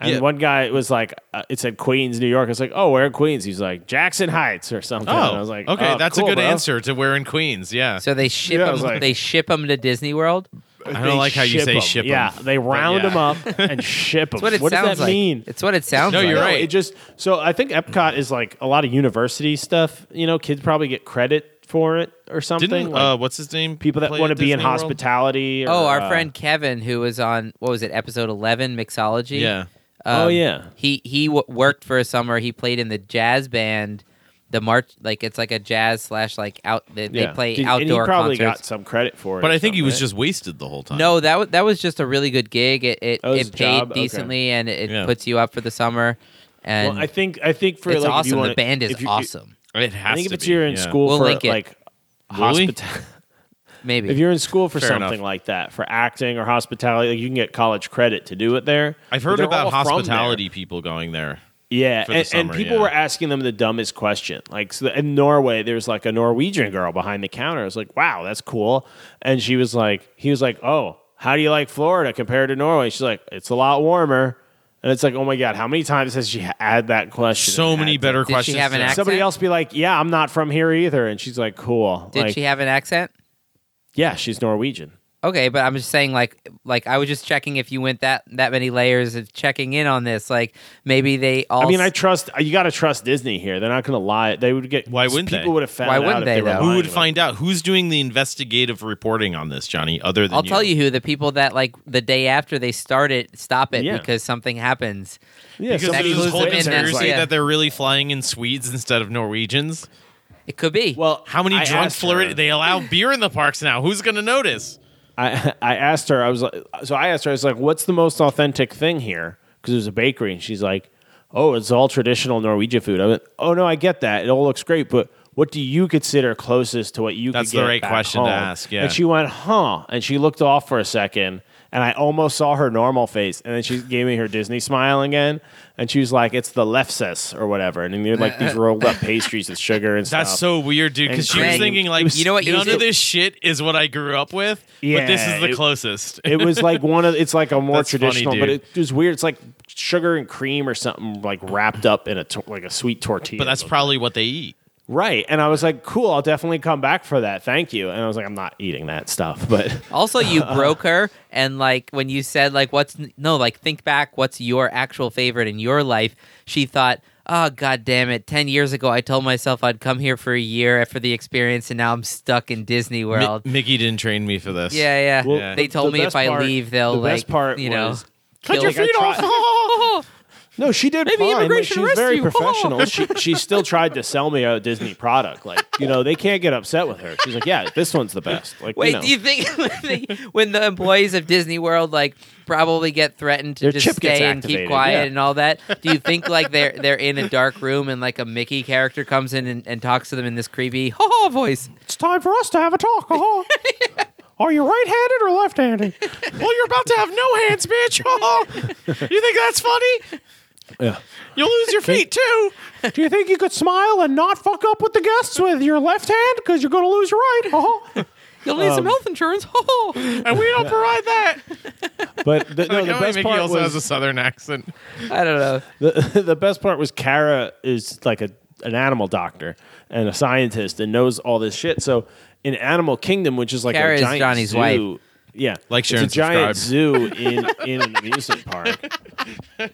[SPEAKER 2] And
[SPEAKER 3] Yeah.
[SPEAKER 2] one guy was like, uh, "It said Queens, New York." I was like, "Oh, where in Queens?" He's like, "Jackson Heights" or something.
[SPEAKER 3] oh,
[SPEAKER 2] and I was like,
[SPEAKER 3] okay,
[SPEAKER 2] "Oh,
[SPEAKER 3] that's
[SPEAKER 2] cool,
[SPEAKER 3] a good
[SPEAKER 2] bro."
[SPEAKER 3] answer to where in Queens. Yeah,
[SPEAKER 1] So they ship
[SPEAKER 2] Yeah, I
[SPEAKER 1] them.
[SPEAKER 2] was like-
[SPEAKER 1] they ship them to Disney World.
[SPEAKER 3] I don't like how you say ship 'em.
[SPEAKER 2] Yeah, they round
[SPEAKER 3] yeah.
[SPEAKER 2] them up and ship them.
[SPEAKER 1] That's what it sounds
[SPEAKER 2] does that
[SPEAKER 1] like.
[SPEAKER 2] mean?
[SPEAKER 1] It's what it sounds.
[SPEAKER 3] No,
[SPEAKER 1] like.
[SPEAKER 3] you're
[SPEAKER 2] No,
[SPEAKER 3] right.
[SPEAKER 2] It just so I think Epcot is like a lot of university stuff. You know, kids probably get credit for it or something.
[SPEAKER 3] didn't
[SPEAKER 2] like
[SPEAKER 3] uh, what's his name?
[SPEAKER 2] people that
[SPEAKER 3] play
[SPEAKER 2] want to
[SPEAKER 3] at
[SPEAKER 2] be in
[SPEAKER 3] Disney World?
[SPEAKER 2] hospitality. Or,
[SPEAKER 1] Oh, our
[SPEAKER 2] uh,
[SPEAKER 1] friend Kevin, who was on what was it, episode eleven, mixology.
[SPEAKER 3] Yeah.
[SPEAKER 2] Oh,
[SPEAKER 1] um,
[SPEAKER 2] yeah.
[SPEAKER 1] He he w- worked for a summer. He played in the jazz band, the march like it's like a jazz slash like out. They, they
[SPEAKER 2] yeah.
[SPEAKER 1] play
[SPEAKER 2] Did-
[SPEAKER 1] outdoor
[SPEAKER 2] And he probably
[SPEAKER 1] concerts.
[SPEAKER 2] got some credit for it.
[SPEAKER 3] But
[SPEAKER 2] or
[SPEAKER 3] I think he
[SPEAKER 2] something,
[SPEAKER 3] was
[SPEAKER 2] right?
[SPEAKER 3] just wasted the whole time.
[SPEAKER 1] No, that wa that was just a really good gig. It it,
[SPEAKER 2] Oh, it was
[SPEAKER 1] it
[SPEAKER 2] a
[SPEAKER 1] paid
[SPEAKER 2] job? Okay.
[SPEAKER 1] decently and it, it
[SPEAKER 3] Yeah.
[SPEAKER 1] puts you up for the summer. And
[SPEAKER 2] Well, I think I think for
[SPEAKER 1] it's
[SPEAKER 2] like, if you
[SPEAKER 1] awesome.
[SPEAKER 2] wanna-
[SPEAKER 1] the band is
[SPEAKER 2] if you-
[SPEAKER 1] awesome.
[SPEAKER 3] it has
[SPEAKER 2] I think if
[SPEAKER 3] to
[SPEAKER 2] it's
[SPEAKER 3] be,
[SPEAKER 2] you're in
[SPEAKER 3] yeah.
[SPEAKER 2] school
[SPEAKER 1] We'll
[SPEAKER 2] for
[SPEAKER 1] link it.
[SPEAKER 2] like
[SPEAKER 3] Will we?
[SPEAKER 2] hospitality.
[SPEAKER 1] Maybe
[SPEAKER 2] If you're in school for
[SPEAKER 3] Fair
[SPEAKER 2] something
[SPEAKER 3] enough.
[SPEAKER 2] like that, for acting or hospitality, like you can get college credit to do it there.
[SPEAKER 3] I've
[SPEAKER 2] But
[SPEAKER 3] heard
[SPEAKER 2] they're
[SPEAKER 3] about
[SPEAKER 2] all from there.
[SPEAKER 3] hospitality people going there.
[SPEAKER 2] Yeah,
[SPEAKER 3] for
[SPEAKER 2] and,
[SPEAKER 3] the
[SPEAKER 2] and
[SPEAKER 3] summer,
[SPEAKER 2] people
[SPEAKER 3] yeah.
[SPEAKER 2] were asking them the dumbest question. Like so in Norway, there's like a Norwegian girl behind the counter. I was like, "Wow, that's cool," and she was like, "He was like, oh, how do you like Florida compared to Norway?" She's like, "It's a lot warmer," and it's like, "Oh my god, how many times has she had that question?"
[SPEAKER 3] So
[SPEAKER 2] and
[SPEAKER 3] many
[SPEAKER 2] had
[SPEAKER 3] better
[SPEAKER 1] Did she
[SPEAKER 3] questions.
[SPEAKER 1] have an
[SPEAKER 3] to ask.
[SPEAKER 1] accent?
[SPEAKER 2] Somebody else be like, "Yeah, I'm not from here either," and she's like, "Cool."
[SPEAKER 1] did
[SPEAKER 2] Like,
[SPEAKER 1] she have an accent?
[SPEAKER 2] Yeah, she's Norwegian.
[SPEAKER 1] Okay, but I'm just saying, like, like I was just checking if you went that that many layers of checking in on this. Like, maybe they all.
[SPEAKER 2] I mean, I
[SPEAKER 1] s-
[SPEAKER 2] trust you. Got to trust Disney here. They're not going to lie. They would get.
[SPEAKER 3] Why wouldn't
[SPEAKER 2] people
[SPEAKER 3] they?
[SPEAKER 2] would have found
[SPEAKER 1] Why
[SPEAKER 2] out
[SPEAKER 1] wouldn't
[SPEAKER 2] if
[SPEAKER 1] they,
[SPEAKER 2] were
[SPEAKER 1] though?
[SPEAKER 2] lying
[SPEAKER 1] Who
[SPEAKER 3] Who would
[SPEAKER 2] about it.
[SPEAKER 3] find out? Who's doing the investigative reporting on this, Johnny? Other than
[SPEAKER 1] I'll tell you who the people that like the day after they start it stop it
[SPEAKER 2] Yeah.
[SPEAKER 1] because something happens.
[SPEAKER 2] Yeah,
[SPEAKER 3] because
[SPEAKER 1] That
[SPEAKER 3] there's this
[SPEAKER 1] includes
[SPEAKER 3] whole
[SPEAKER 1] the
[SPEAKER 2] something's
[SPEAKER 1] midnight,
[SPEAKER 3] conspiracy
[SPEAKER 2] like-
[SPEAKER 1] yeah.
[SPEAKER 3] that they're really flying in Swedes instead of Norwegians.
[SPEAKER 1] It could be.
[SPEAKER 2] Well,
[SPEAKER 3] How many
[SPEAKER 2] I
[SPEAKER 3] drunk
[SPEAKER 2] asked her-
[SPEAKER 3] flirt? They allow beer in the parks now. Who's going to notice?
[SPEAKER 2] I I asked her. I was like, so I asked her. I was like, "What's the most authentic thing here?" Because it was a bakery, and she's like, "Oh, it's all traditional Norwegian food." I went, "Oh no, I get that. It all looks great, but what do you consider closest to what you?"
[SPEAKER 3] That's
[SPEAKER 2] could
[SPEAKER 3] the
[SPEAKER 2] get
[SPEAKER 3] right
[SPEAKER 2] back
[SPEAKER 3] question to
[SPEAKER 2] home?"
[SPEAKER 3] ask, yeah.
[SPEAKER 2] And she went, "Huh?" And she looked off for a second, and I almost saw her normal face, and then she gave me her Disney smile again, and she was like, "It's the lefses or whatever," and then they're like these rolled up pastries with sugar and stuff.
[SPEAKER 3] That's so weird, dude.
[SPEAKER 2] And
[SPEAKER 3] Because she was
[SPEAKER 1] Craig,
[SPEAKER 3] thinking like,
[SPEAKER 1] you know what, you
[SPEAKER 3] None
[SPEAKER 1] should-
[SPEAKER 3] of this shit is what I grew up with. but this
[SPEAKER 2] Yeah,
[SPEAKER 3] is the
[SPEAKER 2] it-
[SPEAKER 3] closest.
[SPEAKER 2] it was like one of it's like a more
[SPEAKER 3] That's funny,
[SPEAKER 2] traditional, but
[SPEAKER 3] dude.
[SPEAKER 2] it was weird. It's like sugar and cream or something like wrapped up in a tor- like a sweet tortilla.
[SPEAKER 3] but that's probably what they eat.
[SPEAKER 2] right. And I was like, cool, I'll definitely come back for that. Thank you. And I was like, I'm not eating that stuff, but
[SPEAKER 1] also, you broke her, and like when you said like what's no like think back what's your actual favorite in your life, she thought. Oh god damn it. 10 years ago I told myself I'd come here for a year for the experience and now I'm stuck in Disney
[SPEAKER 3] Mi-
[SPEAKER 1] World.
[SPEAKER 3] Mickey didn't train me for this.
[SPEAKER 1] yeah, yeah.
[SPEAKER 2] Well,
[SPEAKER 1] They
[SPEAKER 2] the-
[SPEAKER 1] told
[SPEAKER 2] the
[SPEAKER 1] me
[SPEAKER 2] best
[SPEAKER 1] if I
[SPEAKER 2] part-
[SPEAKER 1] leave they'll
[SPEAKER 2] the
[SPEAKER 1] like
[SPEAKER 2] best part
[SPEAKER 1] you know
[SPEAKER 2] was-
[SPEAKER 1] kill
[SPEAKER 2] your feet off. no, she did
[SPEAKER 1] Maybe
[SPEAKER 2] fine. Like,
[SPEAKER 1] immigration
[SPEAKER 2] she was very
[SPEAKER 1] rescue.
[SPEAKER 2] professional. she she still tried to sell me a Disney product. Like, you know, they can't get upset with her. She's like, yeah, this one's the best. Like,
[SPEAKER 1] Wait,
[SPEAKER 2] you know.
[SPEAKER 1] do you think when, they, when the employees of Disney World like probably get threatened to
[SPEAKER 2] Their
[SPEAKER 1] just
[SPEAKER 2] chip gets
[SPEAKER 1] stay and keep
[SPEAKER 2] activated,
[SPEAKER 1] quiet
[SPEAKER 2] yeah.
[SPEAKER 1] and all that? Do you think like they're they're in a dark room and like a Mickey character comes in and, and talks to them in this creepy ho ho voice?
[SPEAKER 2] it's time for us to have a talk. Uh-huh. Are you right-handed or left-handed?
[SPEAKER 3] Well, you're about to have no hands, bitch. Oh. you think that's funny?
[SPEAKER 2] Yeah.
[SPEAKER 3] You'll lose your feet too.
[SPEAKER 2] Do you think you could smile and not fuck up with the guests with your left hand because you're going to lose your right? Uh-huh.
[SPEAKER 1] You'll need some health insurance. Ho ho.
[SPEAKER 3] And we don't provide that.
[SPEAKER 2] But the, no,
[SPEAKER 3] Like,
[SPEAKER 2] the
[SPEAKER 3] how many
[SPEAKER 2] best
[SPEAKER 3] Mickey
[SPEAKER 2] part
[SPEAKER 3] also has a
[SPEAKER 2] was
[SPEAKER 3] southern accent.
[SPEAKER 1] I don't know.
[SPEAKER 2] the, the best part was Kara is like a an animal doctor and a scientist and knows all this shit. So in Animal Kingdom, which is like
[SPEAKER 1] Kara
[SPEAKER 2] a
[SPEAKER 1] is
[SPEAKER 2] giant
[SPEAKER 1] Johnny's
[SPEAKER 2] zoo,
[SPEAKER 1] wife.
[SPEAKER 2] yeah,
[SPEAKER 3] Like, share,
[SPEAKER 2] it's a giant
[SPEAKER 3] and subscribe.
[SPEAKER 2] zoo in in an amusement park.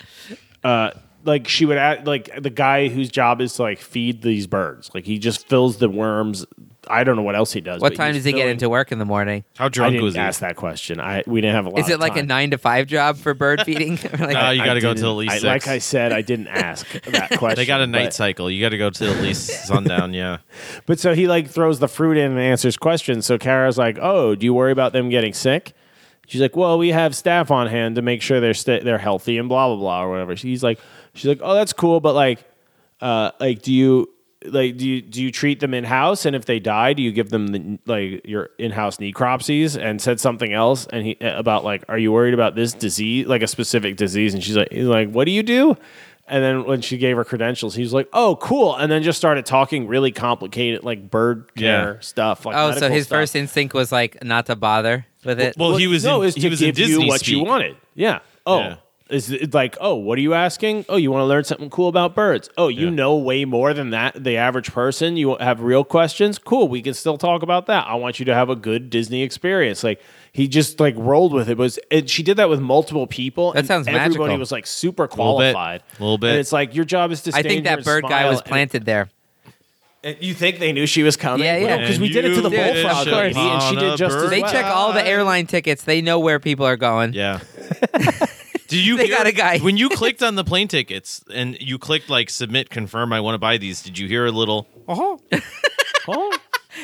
[SPEAKER 2] Uh, like she would act like the guy whose job is to like feed these birds. Like he just fills the worms. I don't know what else he does.
[SPEAKER 1] What
[SPEAKER 2] but
[SPEAKER 1] time
[SPEAKER 2] he's
[SPEAKER 1] does he get
[SPEAKER 2] filling-
[SPEAKER 1] into work in the morning?
[SPEAKER 3] How
[SPEAKER 2] I
[SPEAKER 3] drunk
[SPEAKER 2] didn't
[SPEAKER 3] was he?
[SPEAKER 2] ask that question. I we didn't have a lot.
[SPEAKER 1] Is it
[SPEAKER 2] of
[SPEAKER 1] like a
[SPEAKER 2] time.
[SPEAKER 1] nine to five job for bird feeding? Or, like,
[SPEAKER 3] Uh, you
[SPEAKER 2] I
[SPEAKER 3] got to go
[SPEAKER 2] didn't-
[SPEAKER 3] till at least
[SPEAKER 2] I-
[SPEAKER 3] six.
[SPEAKER 2] Like I said, I didn't ask that question.
[SPEAKER 3] they got a night
[SPEAKER 2] but-
[SPEAKER 3] cycle. You got to go till at least sundown. Yeah.
[SPEAKER 2] But so he like throws the fruit in and answers questions. So Kara's like, "Oh, do you worry about them getting sick?" She's like, "Well, we have staff on hand to make sure they're sta they're healthy and blah blah blah or whatever." She's like, "She's like, oh, that's cool, but like, uh, like do you like do you do you treat them in house? And if they die, do you give them the, like your in house necropsies?" And said something else and he uh, about like, "Are you worried about this disease, like a specific disease?" And she's like, "He's like, what do you do?" And then when she gave her credentials, he was like, "Oh, cool!" And then just started talking really complicated, like bird care
[SPEAKER 3] Yeah.
[SPEAKER 2] stuff. Like
[SPEAKER 1] oh, so
[SPEAKER 2] medical
[SPEAKER 1] his
[SPEAKER 2] stuff.
[SPEAKER 1] first instinct was like not to bother with it.
[SPEAKER 3] Well, he was.
[SPEAKER 2] no,
[SPEAKER 3] in,
[SPEAKER 2] is
[SPEAKER 3] he
[SPEAKER 2] to
[SPEAKER 3] was in
[SPEAKER 2] give you
[SPEAKER 3] Disney
[SPEAKER 2] what you
[SPEAKER 3] speak.
[SPEAKER 2] wanted. Yeah. Oh,
[SPEAKER 3] Yeah.
[SPEAKER 2] is it like oh, what are you asking? Oh, you want to learn something cool about birds? Oh, you know way more than that. The average person. You have real questions. Cool. We can still talk about that. I want you to have a good Disney experience. Like he just like rolled with it. It was and she did that with multiple people.
[SPEAKER 1] That
[SPEAKER 2] and
[SPEAKER 1] sounds
[SPEAKER 2] Everybody
[SPEAKER 1] magical.
[SPEAKER 2] was like super
[SPEAKER 3] Little bit.
[SPEAKER 2] qualified.
[SPEAKER 3] Little bit.
[SPEAKER 2] And it's like your job is to.
[SPEAKER 1] I
[SPEAKER 2] stand
[SPEAKER 1] think
[SPEAKER 2] here
[SPEAKER 1] that
[SPEAKER 2] and
[SPEAKER 1] bird guy
[SPEAKER 2] smile
[SPEAKER 1] was
[SPEAKER 2] and-
[SPEAKER 1] planted there.
[SPEAKER 2] and you think they knew she was coming?
[SPEAKER 1] Yeah, yeah.
[SPEAKER 2] Because we did it to the
[SPEAKER 3] And you
[SPEAKER 1] did
[SPEAKER 2] bullfrog
[SPEAKER 1] it
[SPEAKER 2] lady, and she
[SPEAKER 3] upon
[SPEAKER 2] did
[SPEAKER 3] a
[SPEAKER 2] just as
[SPEAKER 3] bird.
[SPEAKER 1] They
[SPEAKER 2] well.
[SPEAKER 1] check all the airline tickets. They know where people are going.
[SPEAKER 3] Yeah. Do you?
[SPEAKER 1] They
[SPEAKER 3] hear-
[SPEAKER 1] got a guy.
[SPEAKER 3] When you clicked on the plane tickets and you clicked like submit, confirm, I want to buy these. Did you hear a little?
[SPEAKER 2] Oh.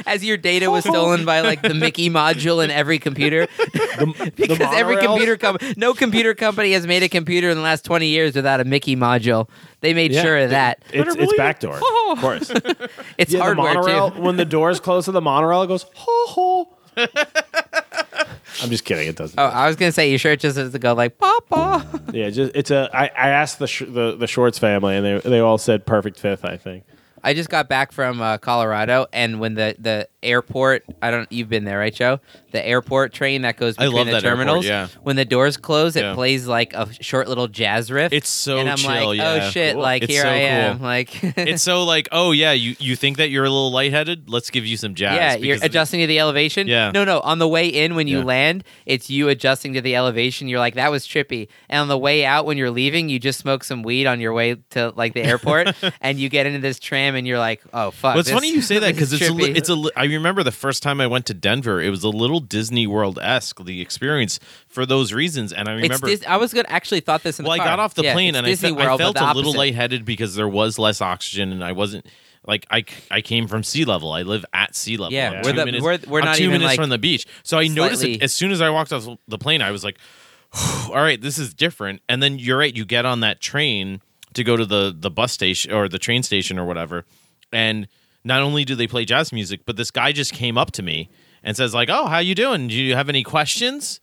[SPEAKER 1] As your data was stolen by like the Mickey module in every computer, because every
[SPEAKER 2] monorails?
[SPEAKER 1] computer com- no computer company has made a computer in the last twenty years without a Mickey module. They made
[SPEAKER 2] Yeah.
[SPEAKER 1] sure of that.
[SPEAKER 2] It's, it's backdoor,
[SPEAKER 1] Oh.
[SPEAKER 2] of course.
[SPEAKER 1] It's
[SPEAKER 2] Yeah, the
[SPEAKER 1] hardware
[SPEAKER 2] monorail,
[SPEAKER 1] too.
[SPEAKER 2] when the doors close to the monorail, it goes ho ho. I'm just kidding. It doesn't.
[SPEAKER 1] Oh, I was gonna say your shirt just has to go like Papa.
[SPEAKER 2] Yeah, just it's a. I, I asked the, sh- the the Schwartz family, and they they all said perfect fifth. I think.
[SPEAKER 1] I just got back from uh, Colorado, and when the the airport, I don't, you've been there, right, Joe? The airport train that goes
[SPEAKER 3] I
[SPEAKER 1] between
[SPEAKER 3] love
[SPEAKER 1] the
[SPEAKER 3] that airport,
[SPEAKER 1] terminals.
[SPEAKER 3] yeah.
[SPEAKER 1] When the doors close, it
[SPEAKER 3] Yeah.
[SPEAKER 1] plays like a short little jazz riff.
[SPEAKER 3] It's so
[SPEAKER 1] and I'm
[SPEAKER 3] chill,
[SPEAKER 1] like,
[SPEAKER 3] yeah.
[SPEAKER 1] oh shit,
[SPEAKER 3] Cool.
[SPEAKER 1] like
[SPEAKER 3] It's
[SPEAKER 1] here
[SPEAKER 3] so
[SPEAKER 1] I
[SPEAKER 3] cool.
[SPEAKER 1] am, like
[SPEAKER 3] it's so like, oh yeah, you, you think that you're a little lightheaded? Let's give you some jazz.
[SPEAKER 1] yeah, you're
[SPEAKER 3] because-
[SPEAKER 1] adjusting to the elevation.
[SPEAKER 3] Yeah.
[SPEAKER 1] No, no. On the way in, when you
[SPEAKER 3] Yeah.
[SPEAKER 1] land, it's you adjusting to the elevation. You're like, that was trippy. And on the way out, when you're leaving, you just smoke some weed on your way to like the airport, and you get into this tram, and you're like, oh fuck.
[SPEAKER 3] Well, it's
[SPEAKER 1] this-
[SPEAKER 3] funny you say that
[SPEAKER 1] this
[SPEAKER 3] because
[SPEAKER 1] is
[SPEAKER 3] it's a, li-
[SPEAKER 1] trippy.
[SPEAKER 3] it's a. li- I remember the first time I went to Denver, it was a little Disney World esque the experience for those reasons, and I
[SPEAKER 1] It's
[SPEAKER 3] remember.
[SPEAKER 1] Dis- I was good. Actually, thought this in
[SPEAKER 3] well, I
[SPEAKER 1] the car.
[SPEAKER 3] got off the
[SPEAKER 1] Yeah,
[SPEAKER 3] plane
[SPEAKER 1] it's
[SPEAKER 3] and I,
[SPEAKER 1] Disney
[SPEAKER 3] fe-
[SPEAKER 1] World,
[SPEAKER 3] I felt
[SPEAKER 1] but the
[SPEAKER 3] a little
[SPEAKER 1] opposite.
[SPEAKER 3] lightheaded because there was less oxygen and I wasn't like I, c- I came from sea level. I live at sea level.
[SPEAKER 1] Yeah,
[SPEAKER 3] I'm
[SPEAKER 1] we're
[SPEAKER 3] two
[SPEAKER 1] the-
[SPEAKER 3] minutes,
[SPEAKER 1] we're- we're
[SPEAKER 3] I'm
[SPEAKER 1] not
[SPEAKER 3] two
[SPEAKER 1] even,
[SPEAKER 3] minutes
[SPEAKER 1] like,
[SPEAKER 3] from the beach. So I noticed it
[SPEAKER 1] slightly-
[SPEAKER 3] as soon as I walked off the plane. I was like, all right, this is different. And then you're right, you get on that train to go to the the bus station or the train station or whatever, and not only do they play jazz music, but this guy just came up to me and says like, "Oh, how you doing? Do you have any questions?"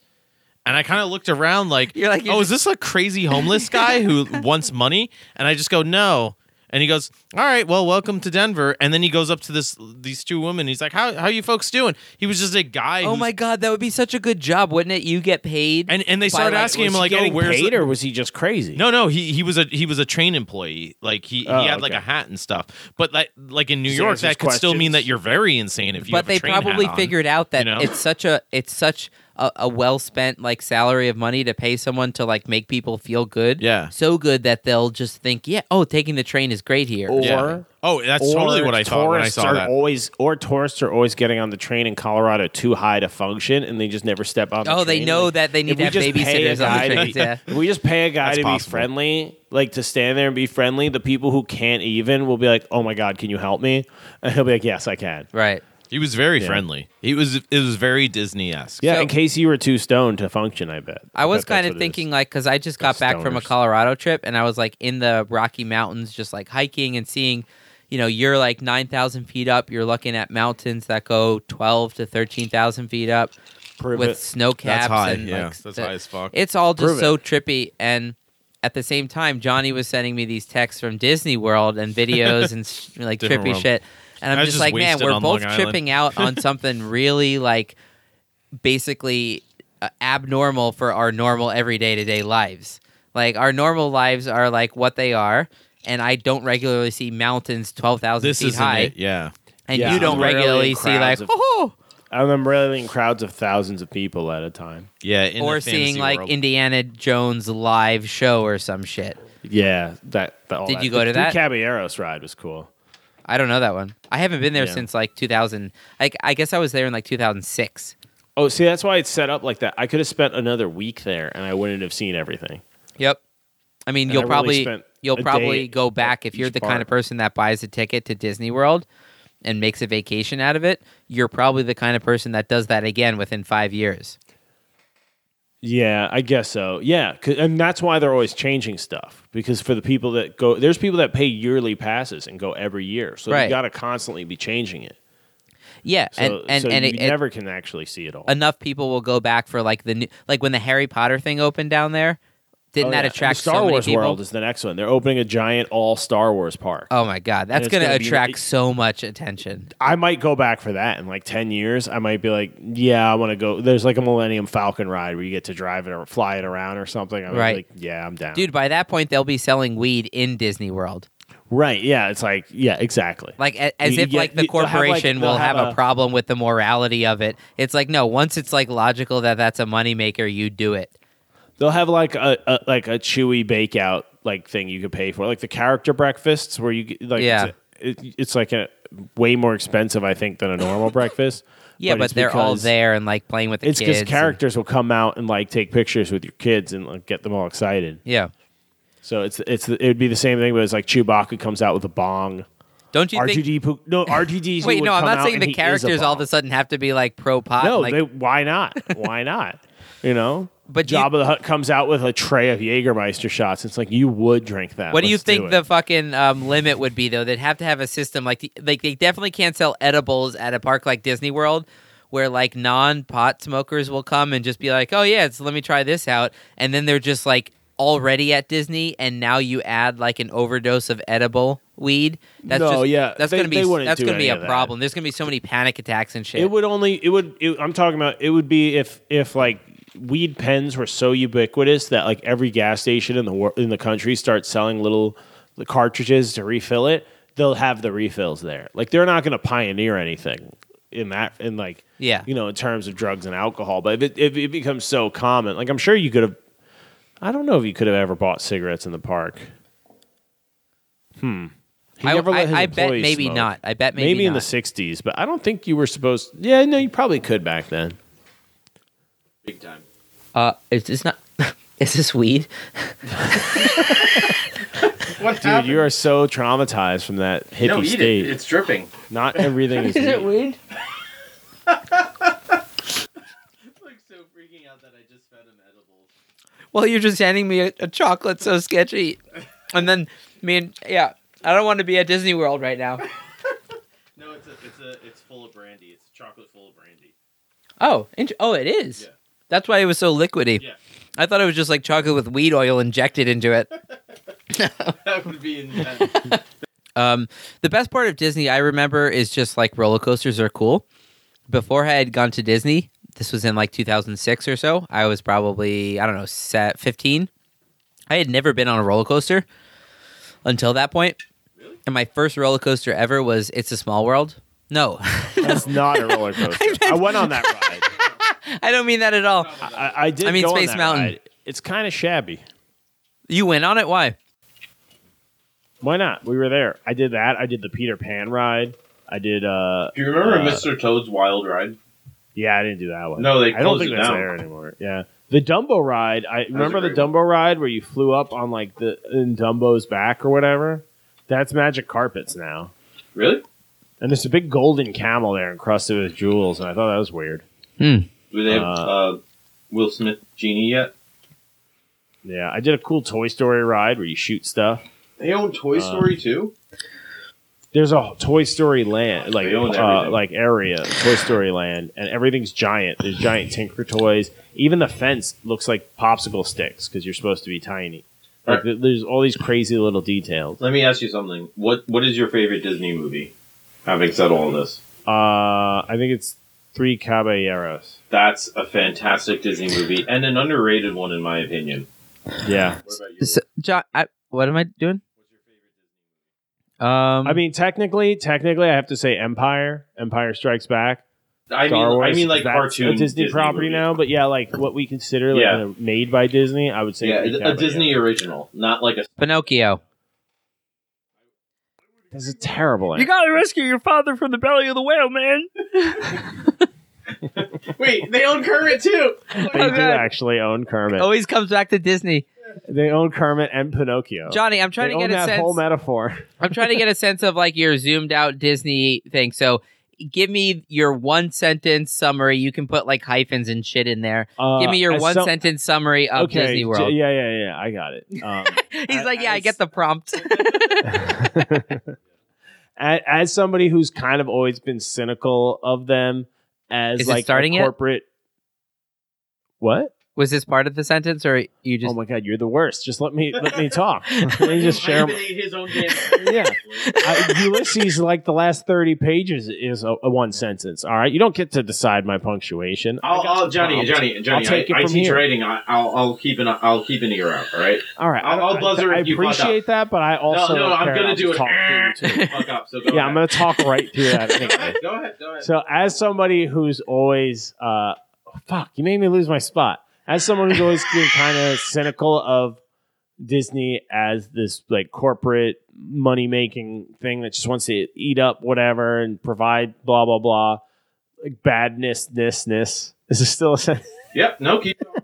[SPEAKER 3] And I kind of looked around like,
[SPEAKER 1] You're like,
[SPEAKER 3] "Oh, is this a crazy homeless guy who wants money?" And I just go, "No." And he goes, "All right, well, welcome to Denver." And then he goes up to this these two women. He's like, "How how you folks doing?" He was just a guy.
[SPEAKER 1] Oh
[SPEAKER 3] who's-
[SPEAKER 1] my god, that would be such a good job, wouldn't it? You get paid,
[SPEAKER 3] And and they
[SPEAKER 1] by,
[SPEAKER 3] started
[SPEAKER 1] like,
[SPEAKER 3] asking him
[SPEAKER 2] Was he
[SPEAKER 3] like, "Oh,
[SPEAKER 2] getting
[SPEAKER 3] where's
[SPEAKER 2] paid
[SPEAKER 3] the-
[SPEAKER 2] or was he just crazy?
[SPEAKER 3] No, no, he he was a he was a train employee. Like he,
[SPEAKER 2] Oh,
[SPEAKER 3] he had like
[SPEAKER 2] okay.
[SPEAKER 3] a hat and stuff. But like like in New
[SPEAKER 2] Just
[SPEAKER 3] York,
[SPEAKER 2] answers
[SPEAKER 3] that could still mean
[SPEAKER 2] questions.
[SPEAKER 3] that you're very insane if you.
[SPEAKER 1] but
[SPEAKER 3] have a
[SPEAKER 1] they
[SPEAKER 3] train hat
[SPEAKER 1] probably
[SPEAKER 3] on,
[SPEAKER 1] figured out that
[SPEAKER 3] you know?
[SPEAKER 1] it's such a it's such a, a well spent like salary of money to pay someone to like make people feel good.
[SPEAKER 3] Yeah.
[SPEAKER 1] so good that they'll just think, yeah, oh, taking the train is great here.
[SPEAKER 2] Or
[SPEAKER 3] Yeah. Oh, that's
[SPEAKER 2] or
[SPEAKER 3] totally what I thought when I
[SPEAKER 2] tourists
[SPEAKER 3] saw
[SPEAKER 2] are
[SPEAKER 3] that.
[SPEAKER 2] Always or tourists are always getting on the train in Colorado too high to function, and they just never step on. The
[SPEAKER 1] Oh, they
[SPEAKER 2] train.
[SPEAKER 1] know
[SPEAKER 2] Like,
[SPEAKER 1] that they need
[SPEAKER 2] if
[SPEAKER 1] to
[SPEAKER 2] we
[SPEAKER 1] have
[SPEAKER 2] just pay a
[SPEAKER 1] babysitters on the
[SPEAKER 2] guy to
[SPEAKER 1] trains,
[SPEAKER 2] be-
[SPEAKER 1] yeah.
[SPEAKER 2] if we just pay a guy
[SPEAKER 3] That's
[SPEAKER 2] to
[SPEAKER 3] possible.
[SPEAKER 2] be friendly, like to stand there and be friendly. The people who can't even will be like, "Oh my god, can you help me?" And he'll be like, "Yes, I can."
[SPEAKER 1] Right.
[SPEAKER 3] he was very friendly. He was it was very Disney esque.
[SPEAKER 2] Yeah,
[SPEAKER 1] So-
[SPEAKER 2] in case you were too stoned to function, I bet.
[SPEAKER 1] I was
[SPEAKER 2] bet that's
[SPEAKER 1] kind of
[SPEAKER 2] what it is.
[SPEAKER 1] thinking like because I just got
[SPEAKER 2] Those
[SPEAKER 1] back from a
[SPEAKER 2] stoners.
[SPEAKER 1] Colorado trip and I was like in the Rocky Mountains, just like hiking and seeing. You know, you're like nine thousand feet up. You're looking at mountains that go twelve to thirteen thousand feet up
[SPEAKER 2] Prove
[SPEAKER 1] with
[SPEAKER 2] it.
[SPEAKER 1] snow caps.
[SPEAKER 3] That's high,
[SPEAKER 1] and,
[SPEAKER 3] yeah.
[SPEAKER 1] like,
[SPEAKER 3] That's
[SPEAKER 1] the-
[SPEAKER 3] high as fuck.
[SPEAKER 1] It's all just
[SPEAKER 2] Prove it.
[SPEAKER 1] so trippy. And at the same time, Johnny was sending me these texts from Disney World and videos and s- like
[SPEAKER 3] Different
[SPEAKER 1] trippy
[SPEAKER 3] world.
[SPEAKER 1] shit. And I'm
[SPEAKER 3] I was
[SPEAKER 1] just,
[SPEAKER 3] just
[SPEAKER 1] like, man,
[SPEAKER 3] wasted
[SPEAKER 1] we're
[SPEAKER 3] on
[SPEAKER 1] both
[SPEAKER 3] Long Island.
[SPEAKER 1] tripping out on something really like basically uh, abnormal for our normal everyday to day lives. Like our normal lives are like what they are, and I don't regularly see mountains twelve thousand
[SPEAKER 3] This
[SPEAKER 1] feet
[SPEAKER 3] is
[SPEAKER 1] high,
[SPEAKER 3] it. Yeah,
[SPEAKER 1] and
[SPEAKER 2] Yeah.
[SPEAKER 1] you don't
[SPEAKER 2] Literally
[SPEAKER 1] regularly see like
[SPEAKER 2] crowds of-
[SPEAKER 1] "Oh,
[SPEAKER 2] I remember really in crowds of thousands of people at a time.
[SPEAKER 3] yeah. in the
[SPEAKER 1] or
[SPEAKER 3] fantasy
[SPEAKER 1] seeing like
[SPEAKER 3] world.
[SPEAKER 1] Indiana Jones live show or some shit.
[SPEAKER 2] Yeah, that. that all
[SPEAKER 1] Did
[SPEAKER 2] that.
[SPEAKER 1] you go
[SPEAKER 2] the,
[SPEAKER 1] to
[SPEAKER 2] the
[SPEAKER 1] that?
[SPEAKER 2] Caballeros ride was cool.
[SPEAKER 1] I don't know that one. I haven't been there
[SPEAKER 2] Yeah.
[SPEAKER 1] since like 2000. I, I guess I was there in like 2006.
[SPEAKER 2] Oh, see, that's why it's set up like that. I could have spent another week there, and I wouldn't have seen everything.
[SPEAKER 1] Yep. I mean,
[SPEAKER 2] And
[SPEAKER 1] you'll
[SPEAKER 2] I really
[SPEAKER 1] probably
[SPEAKER 2] spent
[SPEAKER 1] you'll
[SPEAKER 2] a
[SPEAKER 1] probably
[SPEAKER 2] day
[SPEAKER 1] go
[SPEAKER 2] at
[SPEAKER 1] back if you're
[SPEAKER 2] each
[SPEAKER 1] the
[SPEAKER 2] bar.
[SPEAKER 1] kind of person that buys a ticket to Disney World and makes a vacation out of it. You're probably the kind of person that does that again within five years.
[SPEAKER 2] Yeah, I guess so. Yeah, 'cause- and that's why they're always changing stuff because for the people that go, there's people that pay yearly passes and go every year, so
[SPEAKER 1] Right.
[SPEAKER 2] you got to constantly be changing it.
[SPEAKER 1] Yeah,
[SPEAKER 2] So,
[SPEAKER 1] and and
[SPEAKER 2] so
[SPEAKER 1] and
[SPEAKER 2] you
[SPEAKER 1] it, it-
[SPEAKER 2] never can actually see it all.
[SPEAKER 1] enough people will go back for like the new, like when the Harry Potter thing opened down there. Didn't
[SPEAKER 2] Oh,
[SPEAKER 1] that
[SPEAKER 2] yeah.
[SPEAKER 1] attract
[SPEAKER 2] The Star
[SPEAKER 1] so many
[SPEAKER 2] Wars
[SPEAKER 1] people?
[SPEAKER 2] World is the next one. They're opening a giant all Star Wars park.
[SPEAKER 1] oh my god, that's
[SPEAKER 2] it's
[SPEAKER 1] going to
[SPEAKER 2] gonna be-
[SPEAKER 1] attract so much attention.
[SPEAKER 2] I might go back for that in like 10 years. I might be like, yeah, I want to go. There's like a Millennium Falcon ride where you get to drive it or fly it around or something. I'm
[SPEAKER 1] Right.
[SPEAKER 2] like, yeah, I'm down.
[SPEAKER 1] Dude, by that point they'll be selling weed in Disney World.
[SPEAKER 2] Right. Yeah. It's like, yeah, exactly.
[SPEAKER 1] Like a- as
[SPEAKER 2] You-
[SPEAKER 1] if
[SPEAKER 2] you-
[SPEAKER 1] like the
[SPEAKER 2] you- they'll have, like-
[SPEAKER 1] corporation will
[SPEAKER 2] they'll
[SPEAKER 1] have,
[SPEAKER 2] have
[SPEAKER 1] a,
[SPEAKER 2] a-
[SPEAKER 1] problem with the morality of it. It's like no, once it's like logical that that's a moneymaker, you do it.
[SPEAKER 2] They'll have like a, a like a chewy bake out like thing you could pay for, like the character breakfasts where you get like
[SPEAKER 1] Yeah.
[SPEAKER 2] it's, a- it, it's like a way more expensive I think than a normal breakfast.
[SPEAKER 1] Yeah, but,
[SPEAKER 2] it's
[SPEAKER 1] they're all
[SPEAKER 2] because-
[SPEAKER 1] there and like playing with the
[SPEAKER 2] It's
[SPEAKER 1] kids.
[SPEAKER 2] because
[SPEAKER 1] and-
[SPEAKER 2] characters will come out and like take pictures with your kids and like, get them all excited.
[SPEAKER 1] yeah.
[SPEAKER 2] So it's it's it would be the same thing, but it's like Chewbacca comes out with a bong.
[SPEAKER 1] Don't you
[SPEAKER 2] R two
[SPEAKER 1] think
[SPEAKER 2] D no R two D.
[SPEAKER 1] Wait, no, I'm not saying the characters all of a sudden have to be like pro pot.
[SPEAKER 2] No,
[SPEAKER 1] like,
[SPEAKER 2] they, why not? Why not? You know,
[SPEAKER 1] But you-
[SPEAKER 2] Jabba the Hutt comes out with a tray of Jägermeister shots. It's like you would drink that.
[SPEAKER 1] What do you
[SPEAKER 2] Let's
[SPEAKER 1] think
[SPEAKER 2] it.
[SPEAKER 1] the fucking um, limit would be though? They'd have to have a system like the, like they definitely can't sell edibles at a park like Disney World where like non pot smokers will come and just be like, "Oh yeah, it's let me try this out." And then they're just like already at Disney, and now you add like an overdose of edible weed. That's
[SPEAKER 2] No,
[SPEAKER 1] just,
[SPEAKER 2] yeah,
[SPEAKER 1] that's
[SPEAKER 2] they-
[SPEAKER 1] gonna be
[SPEAKER 2] they wouldn't
[SPEAKER 1] that's
[SPEAKER 2] do
[SPEAKER 1] gonna
[SPEAKER 2] any
[SPEAKER 1] be a
[SPEAKER 2] of that.
[SPEAKER 1] problem. There's gonna be so many panic attacks and shit.
[SPEAKER 2] It would only. It would. It, I'm talking about. It would be if if like weed pens were so ubiquitous that like every gas station in the wor- in the country starts selling little the cartridges to refill it. They'll have the refills there. Like they're not going to pioneer anything in that. In like
[SPEAKER 1] Yeah.
[SPEAKER 2] you know, in terms of drugs and alcohol. But if it, if it becomes so common, like I'm sure you could have. I don't know if you could have ever bought cigarettes in the park. Hmm. He
[SPEAKER 1] I,
[SPEAKER 2] never let
[SPEAKER 1] I-
[SPEAKER 2] his
[SPEAKER 1] I bet
[SPEAKER 2] employees
[SPEAKER 1] maybe
[SPEAKER 2] smoke
[SPEAKER 1] not. I bet maybe,
[SPEAKER 2] maybe, in
[SPEAKER 1] not.
[SPEAKER 2] the 60s but i don't think you were supposed yeah no you probably could back then
[SPEAKER 3] Big time.
[SPEAKER 1] Uh, is this not? is this weed?
[SPEAKER 3] What
[SPEAKER 2] dude you are so traumatized from that hippie state
[SPEAKER 3] dripping.
[SPEAKER 2] not everything is, weed.
[SPEAKER 1] weed?
[SPEAKER 3] like so freaking out that I just fed him edibles.
[SPEAKER 1] Well, you're just handing me a, a chocolate so sketchy, and then me and yeah, I don't want to be at Disney World right now.
[SPEAKER 3] No, it's a, it's a, it's full of brandy. It's chocolate full of brandy.
[SPEAKER 1] Oh, int- oh, it is.
[SPEAKER 3] Yeah.
[SPEAKER 1] That's why it was so liquidy.
[SPEAKER 3] Yeah.
[SPEAKER 1] I thought it was just like chocolate with weed oil injected into it.
[SPEAKER 3] That would be intense.
[SPEAKER 1] Um, the best part of Disney I remember is just like roller coasters are cool. Before I had gone to Disney, this was in like 2006 or so. I was probably I don't know set 15. I had never been on a roller coaster until that point. And my first roller coaster ever was It's a Small World. No,
[SPEAKER 2] that's not a roller coaster I, went on that ride
[SPEAKER 1] I don't mean that at all.
[SPEAKER 2] I, I did
[SPEAKER 1] I mean,
[SPEAKER 2] go on
[SPEAKER 1] Space
[SPEAKER 2] that
[SPEAKER 1] Mountain.
[SPEAKER 2] ride. it's kind of shabby
[SPEAKER 1] You went on it? Why?
[SPEAKER 2] why not we were there i did that i did the peter pan ride i did uh
[SPEAKER 3] Do you remember
[SPEAKER 2] Uh,
[SPEAKER 3] Mr. Toad's Wild Ride?
[SPEAKER 2] yeah i didn't do that one
[SPEAKER 3] No, they
[SPEAKER 2] i don't
[SPEAKER 3] closed
[SPEAKER 2] think
[SPEAKER 3] it
[SPEAKER 2] that's
[SPEAKER 3] down.
[SPEAKER 2] there anymore yeah the Dumbo ride, I
[SPEAKER 3] a
[SPEAKER 2] remember the
[SPEAKER 3] great
[SPEAKER 2] Dumbo ride where you flew up on like the in Dumbo's back or whatever. That's magic carpets now.
[SPEAKER 3] Really?
[SPEAKER 2] And there's a big golden camel there encrusted with jewels, and I thought that was weird.
[SPEAKER 3] Do they have
[SPEAKER 2] Uh,
[SPEAKER 3] uh, Will Smith Genie yet?
[SPEAKER 2] Yeah, I did a cool Toy Story ride where you shoot stuff.
[SPEAKER 3] They own Toy Story too.
[SPEAKER 2] There's a Toy Story land, like
[SPEAKER 3] They own
[SPEAKER 2] uh,
[SPEAKER 3] everything.
[SPEAKER 2] like area, Toy Story land, and everything's giant. There's giant Tinker toys. Even the fence looks like popsicle sticks because you're supposed to be tiny. Like
[SPEAKER 3] Right.
[SPEAKER 2] th- there's all these crazy little details.
[SPEAKER 3] Let me ask you something. What What is your favorite Disney movie? Having said all this,
[SPEAKER 2] Uh, I think it's three caballeros.
[SPEAKER 3] that's a fantastic Disney movie and an underrated one in my opinion.
[SPEAKER 2] Yeah,
[SPEAKER 3] What about you?
[SPEAKER 1] So, John, I, what am I doing? Um,
[SPEAKER 2] I mean technically, technically, I have to say Empire, Empire Strikes Back.
[SPEAKER 3] I
[SPEAKER 2] Star
[SPEAKER 3] mean,
[SPEAKER 2] Wars.
[SPEAKER 3] I mean, like
[SPEAKER 2] that's
[SPEAKER 3] cartoon
[SPEAKER 2] a Disney, property
[SPEAKER 3] movie.
[SPEAKER 2] now, but yeah, like what we consider like
[SPEAKER 3] Yeah.
[SPEAKER 2] uh, made by Disney, I would say
[SPEAKER 3] Yeah,
[SPEAKER 2] Peter
[SPEAKER 3] a- a
[SPEAKER 2] Pan,
[SPEAKER 3] Disney
[SPEAKER 2] yeah.
[SPEAKER 3] original, not like a.
[SPEAKER 1] Pinocchio.
[SPEAKER 2] That's a terrible. answer.
[SPEAKER 1] gotta rescue your father from the belly of the whale, man.
[SPEAKER 3] Wait, they own Kermit too.
[SPEAKER 2] they do
[SPEAKER 1] God.
[SPEAKER 2] actually own Kermit.
[SPEAKER 1] Always comes back to Disney.
[SPEAKER 2] They own Kermit and Pinocchio.
[SPEAKER 1] Johnny, I'm
[SPEAKER 2] Oh. they
[SPEAKER 1] trying to
[SPEAKER 2] own
[SPEAKER 1] get a
[SPEAKER 2] that whole
[SPEAKER 1] sense.
[SPEAKER 2] metaphor.
[SPEAKER 1] I'm trying to get a sense of like your zoomed out Disney thing. So give me your one sentence summary. You can put like hyphens and shit in there.
[SPEAKER 2] Uh,
[SPEAKER 1] give me your
[SPEAKER 2] as
[SPEAKER 1] one
[SPEAKER 2] some-
[SPEAKER 1] sentence summary of
[SPEAKER 2] okay,
[SPEAKER 1] Disney
[SPEAKER 2] j-
[SPEAKER 1] World.
[SPEAKER 2] Yeah, yeah, yeah. I got it. Um,
[SPEAKER 1] He's
[SPEAKER 2] I-
[SPEAKER 1] like, yeah, I
[SPEAKER 2] as-
[SPEAKER 1] get the prompt.
[SPEAKER 2] a- as somebody who's kind of always been cynical of them, as
[SPEAKER 1] Is it
[SPEAKER 2] like a
[SPEAKER 1] starting yet?
[SPEAKER 2] corporate. What?
[SPEAKER 1] Was this part of the sentence, or you just?
[SPEAKER 2] oh my god, you're the worst. Just let me let me talk. let me just share.
[SPEAKER 3] his own game.
[SPEAKER 2] Yeah. I, Ulysses, like the last thirty pages, is a, a one sentence. All right, you don't get to decide my punctuation. I
[SPEAKER 3] I'll,
[SPEAKER 2] got
[SPEAKER 3] I'll
[SPEAKER 2] the
[SPEAKER 3] Johnny,
[SPEAKER 2] prompt.
[SPEAKER 3] Johnny, Johnny.
[SPEAKER 2] I'll take it
[SPEAKER 3] I, I
[SPEAKER 2] from
[SPEAKER 3] teach
[SPEAKER 2] here.
[SPEAKER 3] writing. I, I'll, I'll keep an, I'll keep an ear out. All right.
[SPEAKER 2] All right,
[SPEAKER 3] I'll-
[SPEAKER 2] I-
[SPEAKER 3] I'll buzzer
[SPEAKER 2] I,
[SPEAKER 3] if you fuck
[SPEAKER 2] appreciate that, but I also
[SPEAKER 3] no, no,
[SPEAKER 2] don't
[SPEAKER 3] I'm
[SPEAKER 2] care.
[SPEAKER 3] gonna
[SPEAKER 2] I'll
[SPEAKER 3] do
[SPEAKER 2] just
[SPEAKER 3] it.
[SPEAKER 2] talk through you, too.
[SPEAKER 3] Fuck up. So go
[SPEAKER 2] yeah,
[SPEAKER 3] ahead.
[SPEAKER 2] I'm gonna talk right through that.
[SPEAKER 3] Go ahead.
[SPEAKER 2] anyway.
[SPEAKER 3] Go ahead. Go ahead.
[SPEAKER 2] So, as somebody who's always, uh, fuck, you made me lose my spot. As someone who's always been kind of cynical of Disney as this like corporate money making thing that just wants to eat up whatever and provide blah blah blah, like badness, ness. This is still a sentence
[SPEAKER 3] yep. No. Keep. going.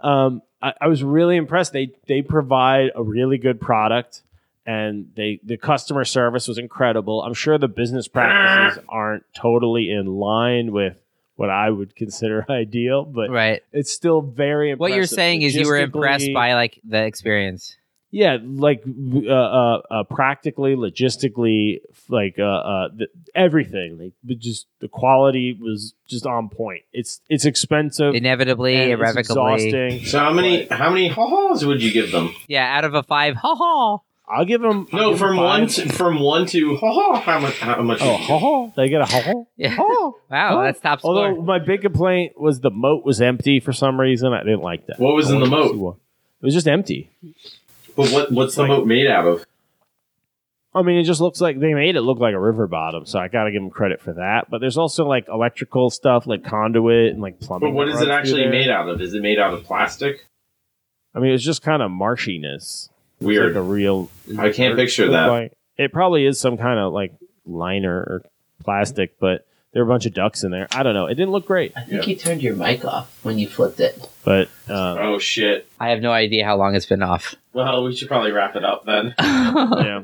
[SPEAKER 2] um, I, I was really impressed. They they provide a really good product, and they the customer service was incredible. I'm sure the business practices aren't totally in line with what I would consider ideal, but
[SPEAKER 1] Right.
[SPEAKER 2] it's still very impressive.
[SPEAKER 1] What you're saying is you were impressed
[SPEAKER 2] Logistically,
[SPEAKER 1] by like the experience.
[SPEAKER 2] yeah, like w- uh, uh, uh, practically, logistically, f- like uh, uh, the, everything. Like but just the quality was just on point. It's it's expensive.
[SPEAKER 1] Inevitably,
[SPEAKER 2] and it's
[SPEAKER 1] irrevocably.
[SPEAKER 2] exhausting.
[SPEAKER 4] So how many how many ha-has would you give them?
[SPEAKER 1] Yeah, out of a five. Ha ha.
[SPEAKER 2] I'll give them I'll
[SPEAKER 4] No,
[SPEAKER 2] give 'em
[SPEAKER 4] from
[SPEAKER 2] five.
[SPEAKER 4] one to, from one to ha-ha, how much how much
[SPEAKER 2] Oh, ho ho! They get a ho ho.
[SPEAKER 1] Yeah.
[SPEAKER 2] Oh,
[SPEAKER 1] Wow, that's top score.
[SPEAKER 2] Although my big complaint was the moat was empty for some reason. I didn't like that.
[SPEAKER 4] What was in the moat?
[SPEAKER 2] It was just empty.
[SPEAKER 4] But what what's the
[SPEAKER 2] Like-
[SPEAKER 4] moat made out of?
[SPEAKER 2] I mean, it just looks like they made it look like a river bottom, so I gotta give them credit for that. But there's also like electrical stuff, like conduit and like plumbing.
[SPEAKER 4] But what
[SPEAKER 2] that
[SPEAKER 4] is
[SPEAKER 2] runs
[SPEAKER 4] it
[SPEAKER 2] through
[SPEAKER 4] actually
[SPEAKER 2] there.
[SPEAKER 4] made out of? Is it made out of plastic?
[SPEAKER 2] I mean, it was just kind of marshiness. It was,
[SPEAKER 4] Weird.
[SPEAKER 2] like a real.
[SPEAKER 4] I can't
[SPEAKER 2] it
[SPEAKER 4] picture
[SPEAKER 2] looked
[SPEAKER 4] that.
[SPEAKER 2] like- it probably is some kind of like liner or plastic, but there were a bunch of ducks in there. I don't know. It didn't look great,
[SPEAKER 6] I think you turned your mic off when you flipped it.
[SPEAKER 2] but uh,
[SPEAKER 4] Oh shit.
[SPEAKER 1] I have no idea how long it's been off.
[SPEAKER 4] Well, we should probably wrap it up then.
[SPEAKER 2] yeah.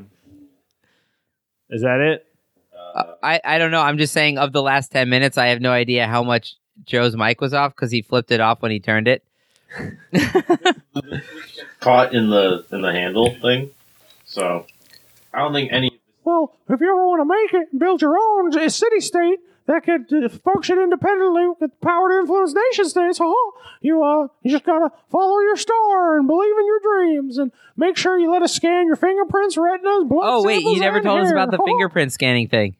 [SPEAKER 2] Is that it?
[SPEAKER 1] I, I don't know. I'm just saying, of the last 10 minutes, I have no idea how much Joe's mic was off because he flipped it off when he turned it.
[SPEAKER 4] Caught in the in the handle thing. So I don't think any
[SPEAKER 2] Well, if you ever want to make it and build your own uh, city state that could uh, function independently with the power to influence nation states, huh? You uh, you just gotta follow your star and believe in your dreams and make sure you let us scan your fingerprints, retinas, blood.
[SPEAKER 1] Oh, wait, you
[SPEAKER 2] samples,
[SPEAKER 1] never
[SPEAKER 2] and
[SPEAKER 1] told us
[SPEAKER 2] hair,
[SPEAKER 1] about the
[SPEAKER 2] huh?
[SPEAKER 1] fingerprint scanning thing.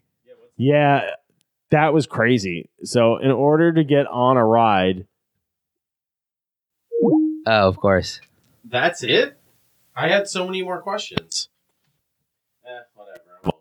[SPEAKER 2] Yeah, that was crazy. So, in order to get on a ride,
[SPEAKER 1] Oh, of course.
[SPEAKER 3] That's it? I had so many more questions.
[SPEAKER 4] Eh,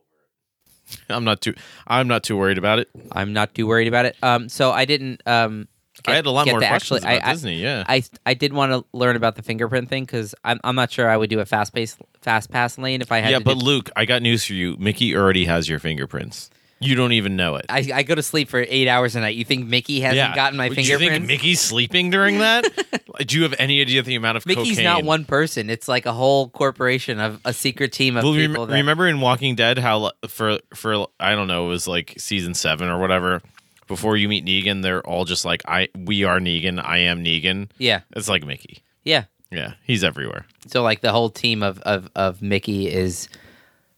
[SPEAKER 3] I'm not too. I'm not too worried about it.
[SPEAKER 1] I'm not too worried about it. Um, so I didn't. Um,
[SPEAKER 3] I had a lot
[SPEAKER 1] get
[SPEAKER 3] more
[SPEAKER 1] the
[SPEAKER 3] questions
[SPEAKER 1] actually-
[SPEAKER 3] about
[SPEAKER 1] I- I-
[SPEAKER 3] Disney. Yeah,
[SPEAKER 1] I I did want to learn about the fingerprint thing because I'm I'm not sure I would do a fast pace fast pass lane if I had.
[SPEAKER 3] yeah.
[SPEAKER 1] to
[SPEAKER 3] But
[SPEAKER 1] do-
[SPEAKER 3] Luke, I got news for you. Mickey already has your fingerprints. You don't even know it.
[SPEAKER 1] I, I go to sleep for eight hours a night. You think Mickey hasn't gotten my
[SPEAKER 3] Do
[SPEAKER 1] fingerprints?
[SPEAKER 3] You think Mickey's sleeping during that? Like, Do you have any idea the amount of
[SPEAKER 1] Mickey's
[SPEAKER 3] cocaine?
[SPEAKER 1] not one person. It's like a whole corporation of a secret team of
[SPEAKER 3] Well, rem-
[SPEAKER 1] people. that,
[SPEAKER 3] remember in Walking Dead how like, for for I don't know it was like season seven or whatever. Before you meet Negan, they're all just like I. We are Negan. I am Negan.
[SPEAKER 1] yeah,
[SPEAKER 3] It's like Mickey.
[SPEAKER 1] yeah.
[SPEAKER 3] Yeah, he's everywhere.
[SPEAKER 1] So like the whole team of of of Mickey is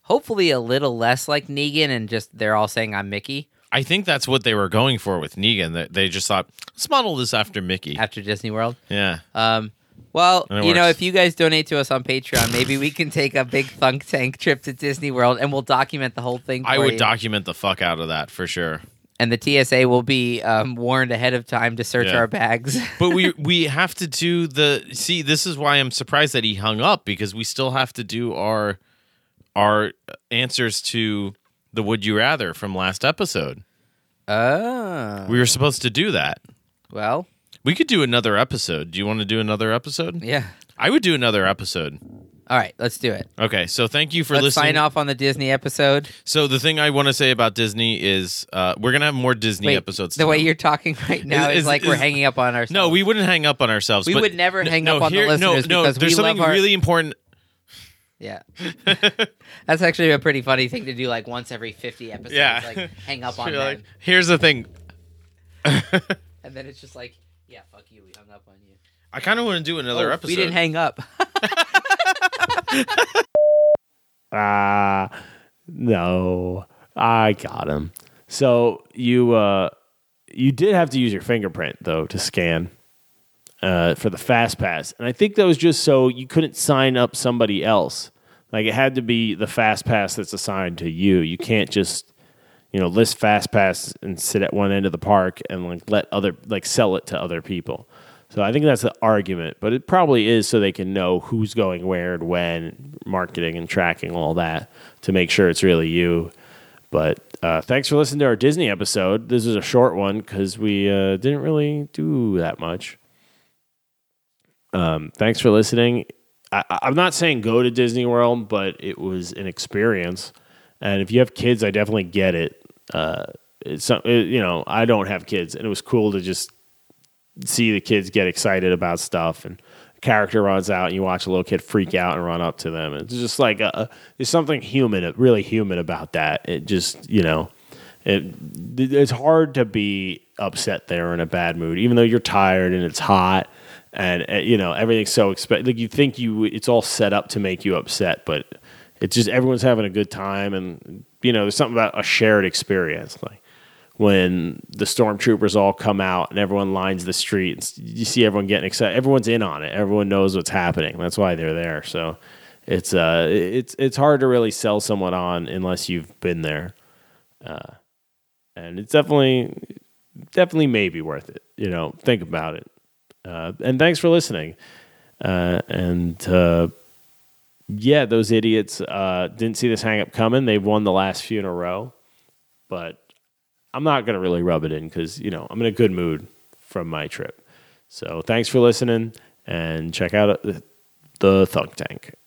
[SPEAKER 1] hopefully a little less like Negan, and just they're all saying I'm Mickey
[SPEAKER 3] I think that's what they were going for with Negan. That they just thought let's model this after Mickey.
[SPEAKER 1] after Disney World.
[SPEAKER 3] Yeah,
[SPEAKER 1] Um, well,
[SPEAKER 3] And it
[SPEAKER 1] you know,
[SPEAKER 3] works.
[SPEAKER 1] if you guys donate to us on Patreon, maybe we can take a big thunk tank trip to Disney World, and we'll document the whole thing.
[SPEAKER 3] I
[SPEAKER 1] for
[SPEAKER 3] would
[SPEAKER 1] you.
[SPEAKER 3] document the fuck out of that for sure.
[SPEAKER 1] and the TSA will be um, warned ahead of time to search
[SPEAKER 3] Yeah.
[SPEAKER 1] our bags.
[SPEAKER 3] But we we have to do the see. This is why I'm surprised that he hung up because we still have to do our our answers to the would you rather from last episode.
[SPEAKER 1] oh,
[SPEAKER 3] We were supposed to do that.
[SPEAKER 1] well,
[SPEAKER 3] We could do another episode. Do you want to do another episode?
[SPEAKER 1] yeah.
[SPEAKER 3] I would do another episode.
[SPEAKER 1] All right, let's do it.
[SPEAKER 3] Okay, so thank you for
[SPEAKER 1] Let's
[SPEAKER 3] listening.
[SPEAKER 1] sign off on the Disney episode.
[SPEAKER 3] So the thing I want to say about Disney is uh, we're gonna have more Disney
[SPEAKER 1] Wait,
[SPEAKER 3] episodes.
[SPEAKER 1] The
[SPEAKER 3] to
[SPEAKER 1] way
[SPEAKER 3] come.
[SPEAKER 1] you're talking right now is,
[SPEAKER 3] is-
[SPEAKER 1] like we're
[SPEAKER 3] is-
[SPEAKER 1] hanging up on ourselves.
[SPEAKER 3] No, we wouldn't hang up on ourselves.
[SPEAKER 1] We
[SPEAKER 3] but-
[SPEAKER 1] would never
[SPEAKER 3] N-
[SPEAKER 1] hang
[SPEAKER 3] no,
[SPEAKER 1] up on the
[SPEAKER 3] here-
[SPEAKER 1] listeners
[SPEAKER 3] No, no,
[SPEAKER 1] because
[SPEAKER 3] there's
[SPEAKER 1] we
[SPEAKER 3] something
[SPEAKER 1] love our-
[SPEAKER 3] really important.
[SPEAKER 1] Yeah. That's actually a pretty funny thing to do like once every 50 episodes.
[SPEAKER 3] Yeah.
[SPEAKER 1] Like hang up on
[SPEAKER 3] You're like,
[SPEAKER 1] them.
[SPEAKER 3] Here's the thing.
[SPEAKER 1] And then it's just like, yeah, fuck you. We hung up on you.
[SPEAKER 3] I kind of want to do another
[SPEAKER 1] Oh,
[SPEAKER 3] episode.
[SPEAKER 1] We didn't hang up.
[SPEAKER 2] Ah, no, I got him. So you uh, you did have to use your fingerprint though to scan uh, for the fast pass, and I think that was just so you couldn't sign up somebody else. Like it had to be the fast pass that's assigned to you. You can't just you know list fast pass and sit at one end of the park and like let other like sell it to other people. So I think that's the argument, but it probably is so they can know who's going where and when, marketing and tracking all that to make sure it's really you. But uh, thanks for listening to our Disney episode. This is a short one because we uh, didn't really do that much. Um, thanks for listening. I, I- I'm not saying go to Disney World, but it was an experience. And if you have kids, I definitely get it. Uh, it's some- it, you know I don't have kids, and it was cool to just see the kids get excited about stuff and a character runs out and you watch a little kid freak out and run up to them it's just like a, a- there's something human really human about that it just you know it it's hard to be upset there in a bad mood even though you're tired and it's hot and uh, you know everything's so expensive. Like you think you, it's all set up to make you upset, but it's just everyone's having a good time, and you know there's something about a shared experience, like when the stormtroopers all come out and everyone lines the streets. You see everyone getting excited. Everyone's in on it. Everyone knows what's happening. That's why they're there. So it's uh it's it's hard to really sell someone on unless you've been there. Uh, and it's definitely definitely maybe worth it. You know, think about it. Uh, and thanks for listening. Uh, and uh, yeah, those idiots uh, didn't see this hang up coming. They've won the last few in a row, but I'm not going to really rub it in because, you know, I'm in a good mood from my trip. So thanks for listening and check out uh, the Thunk Tank.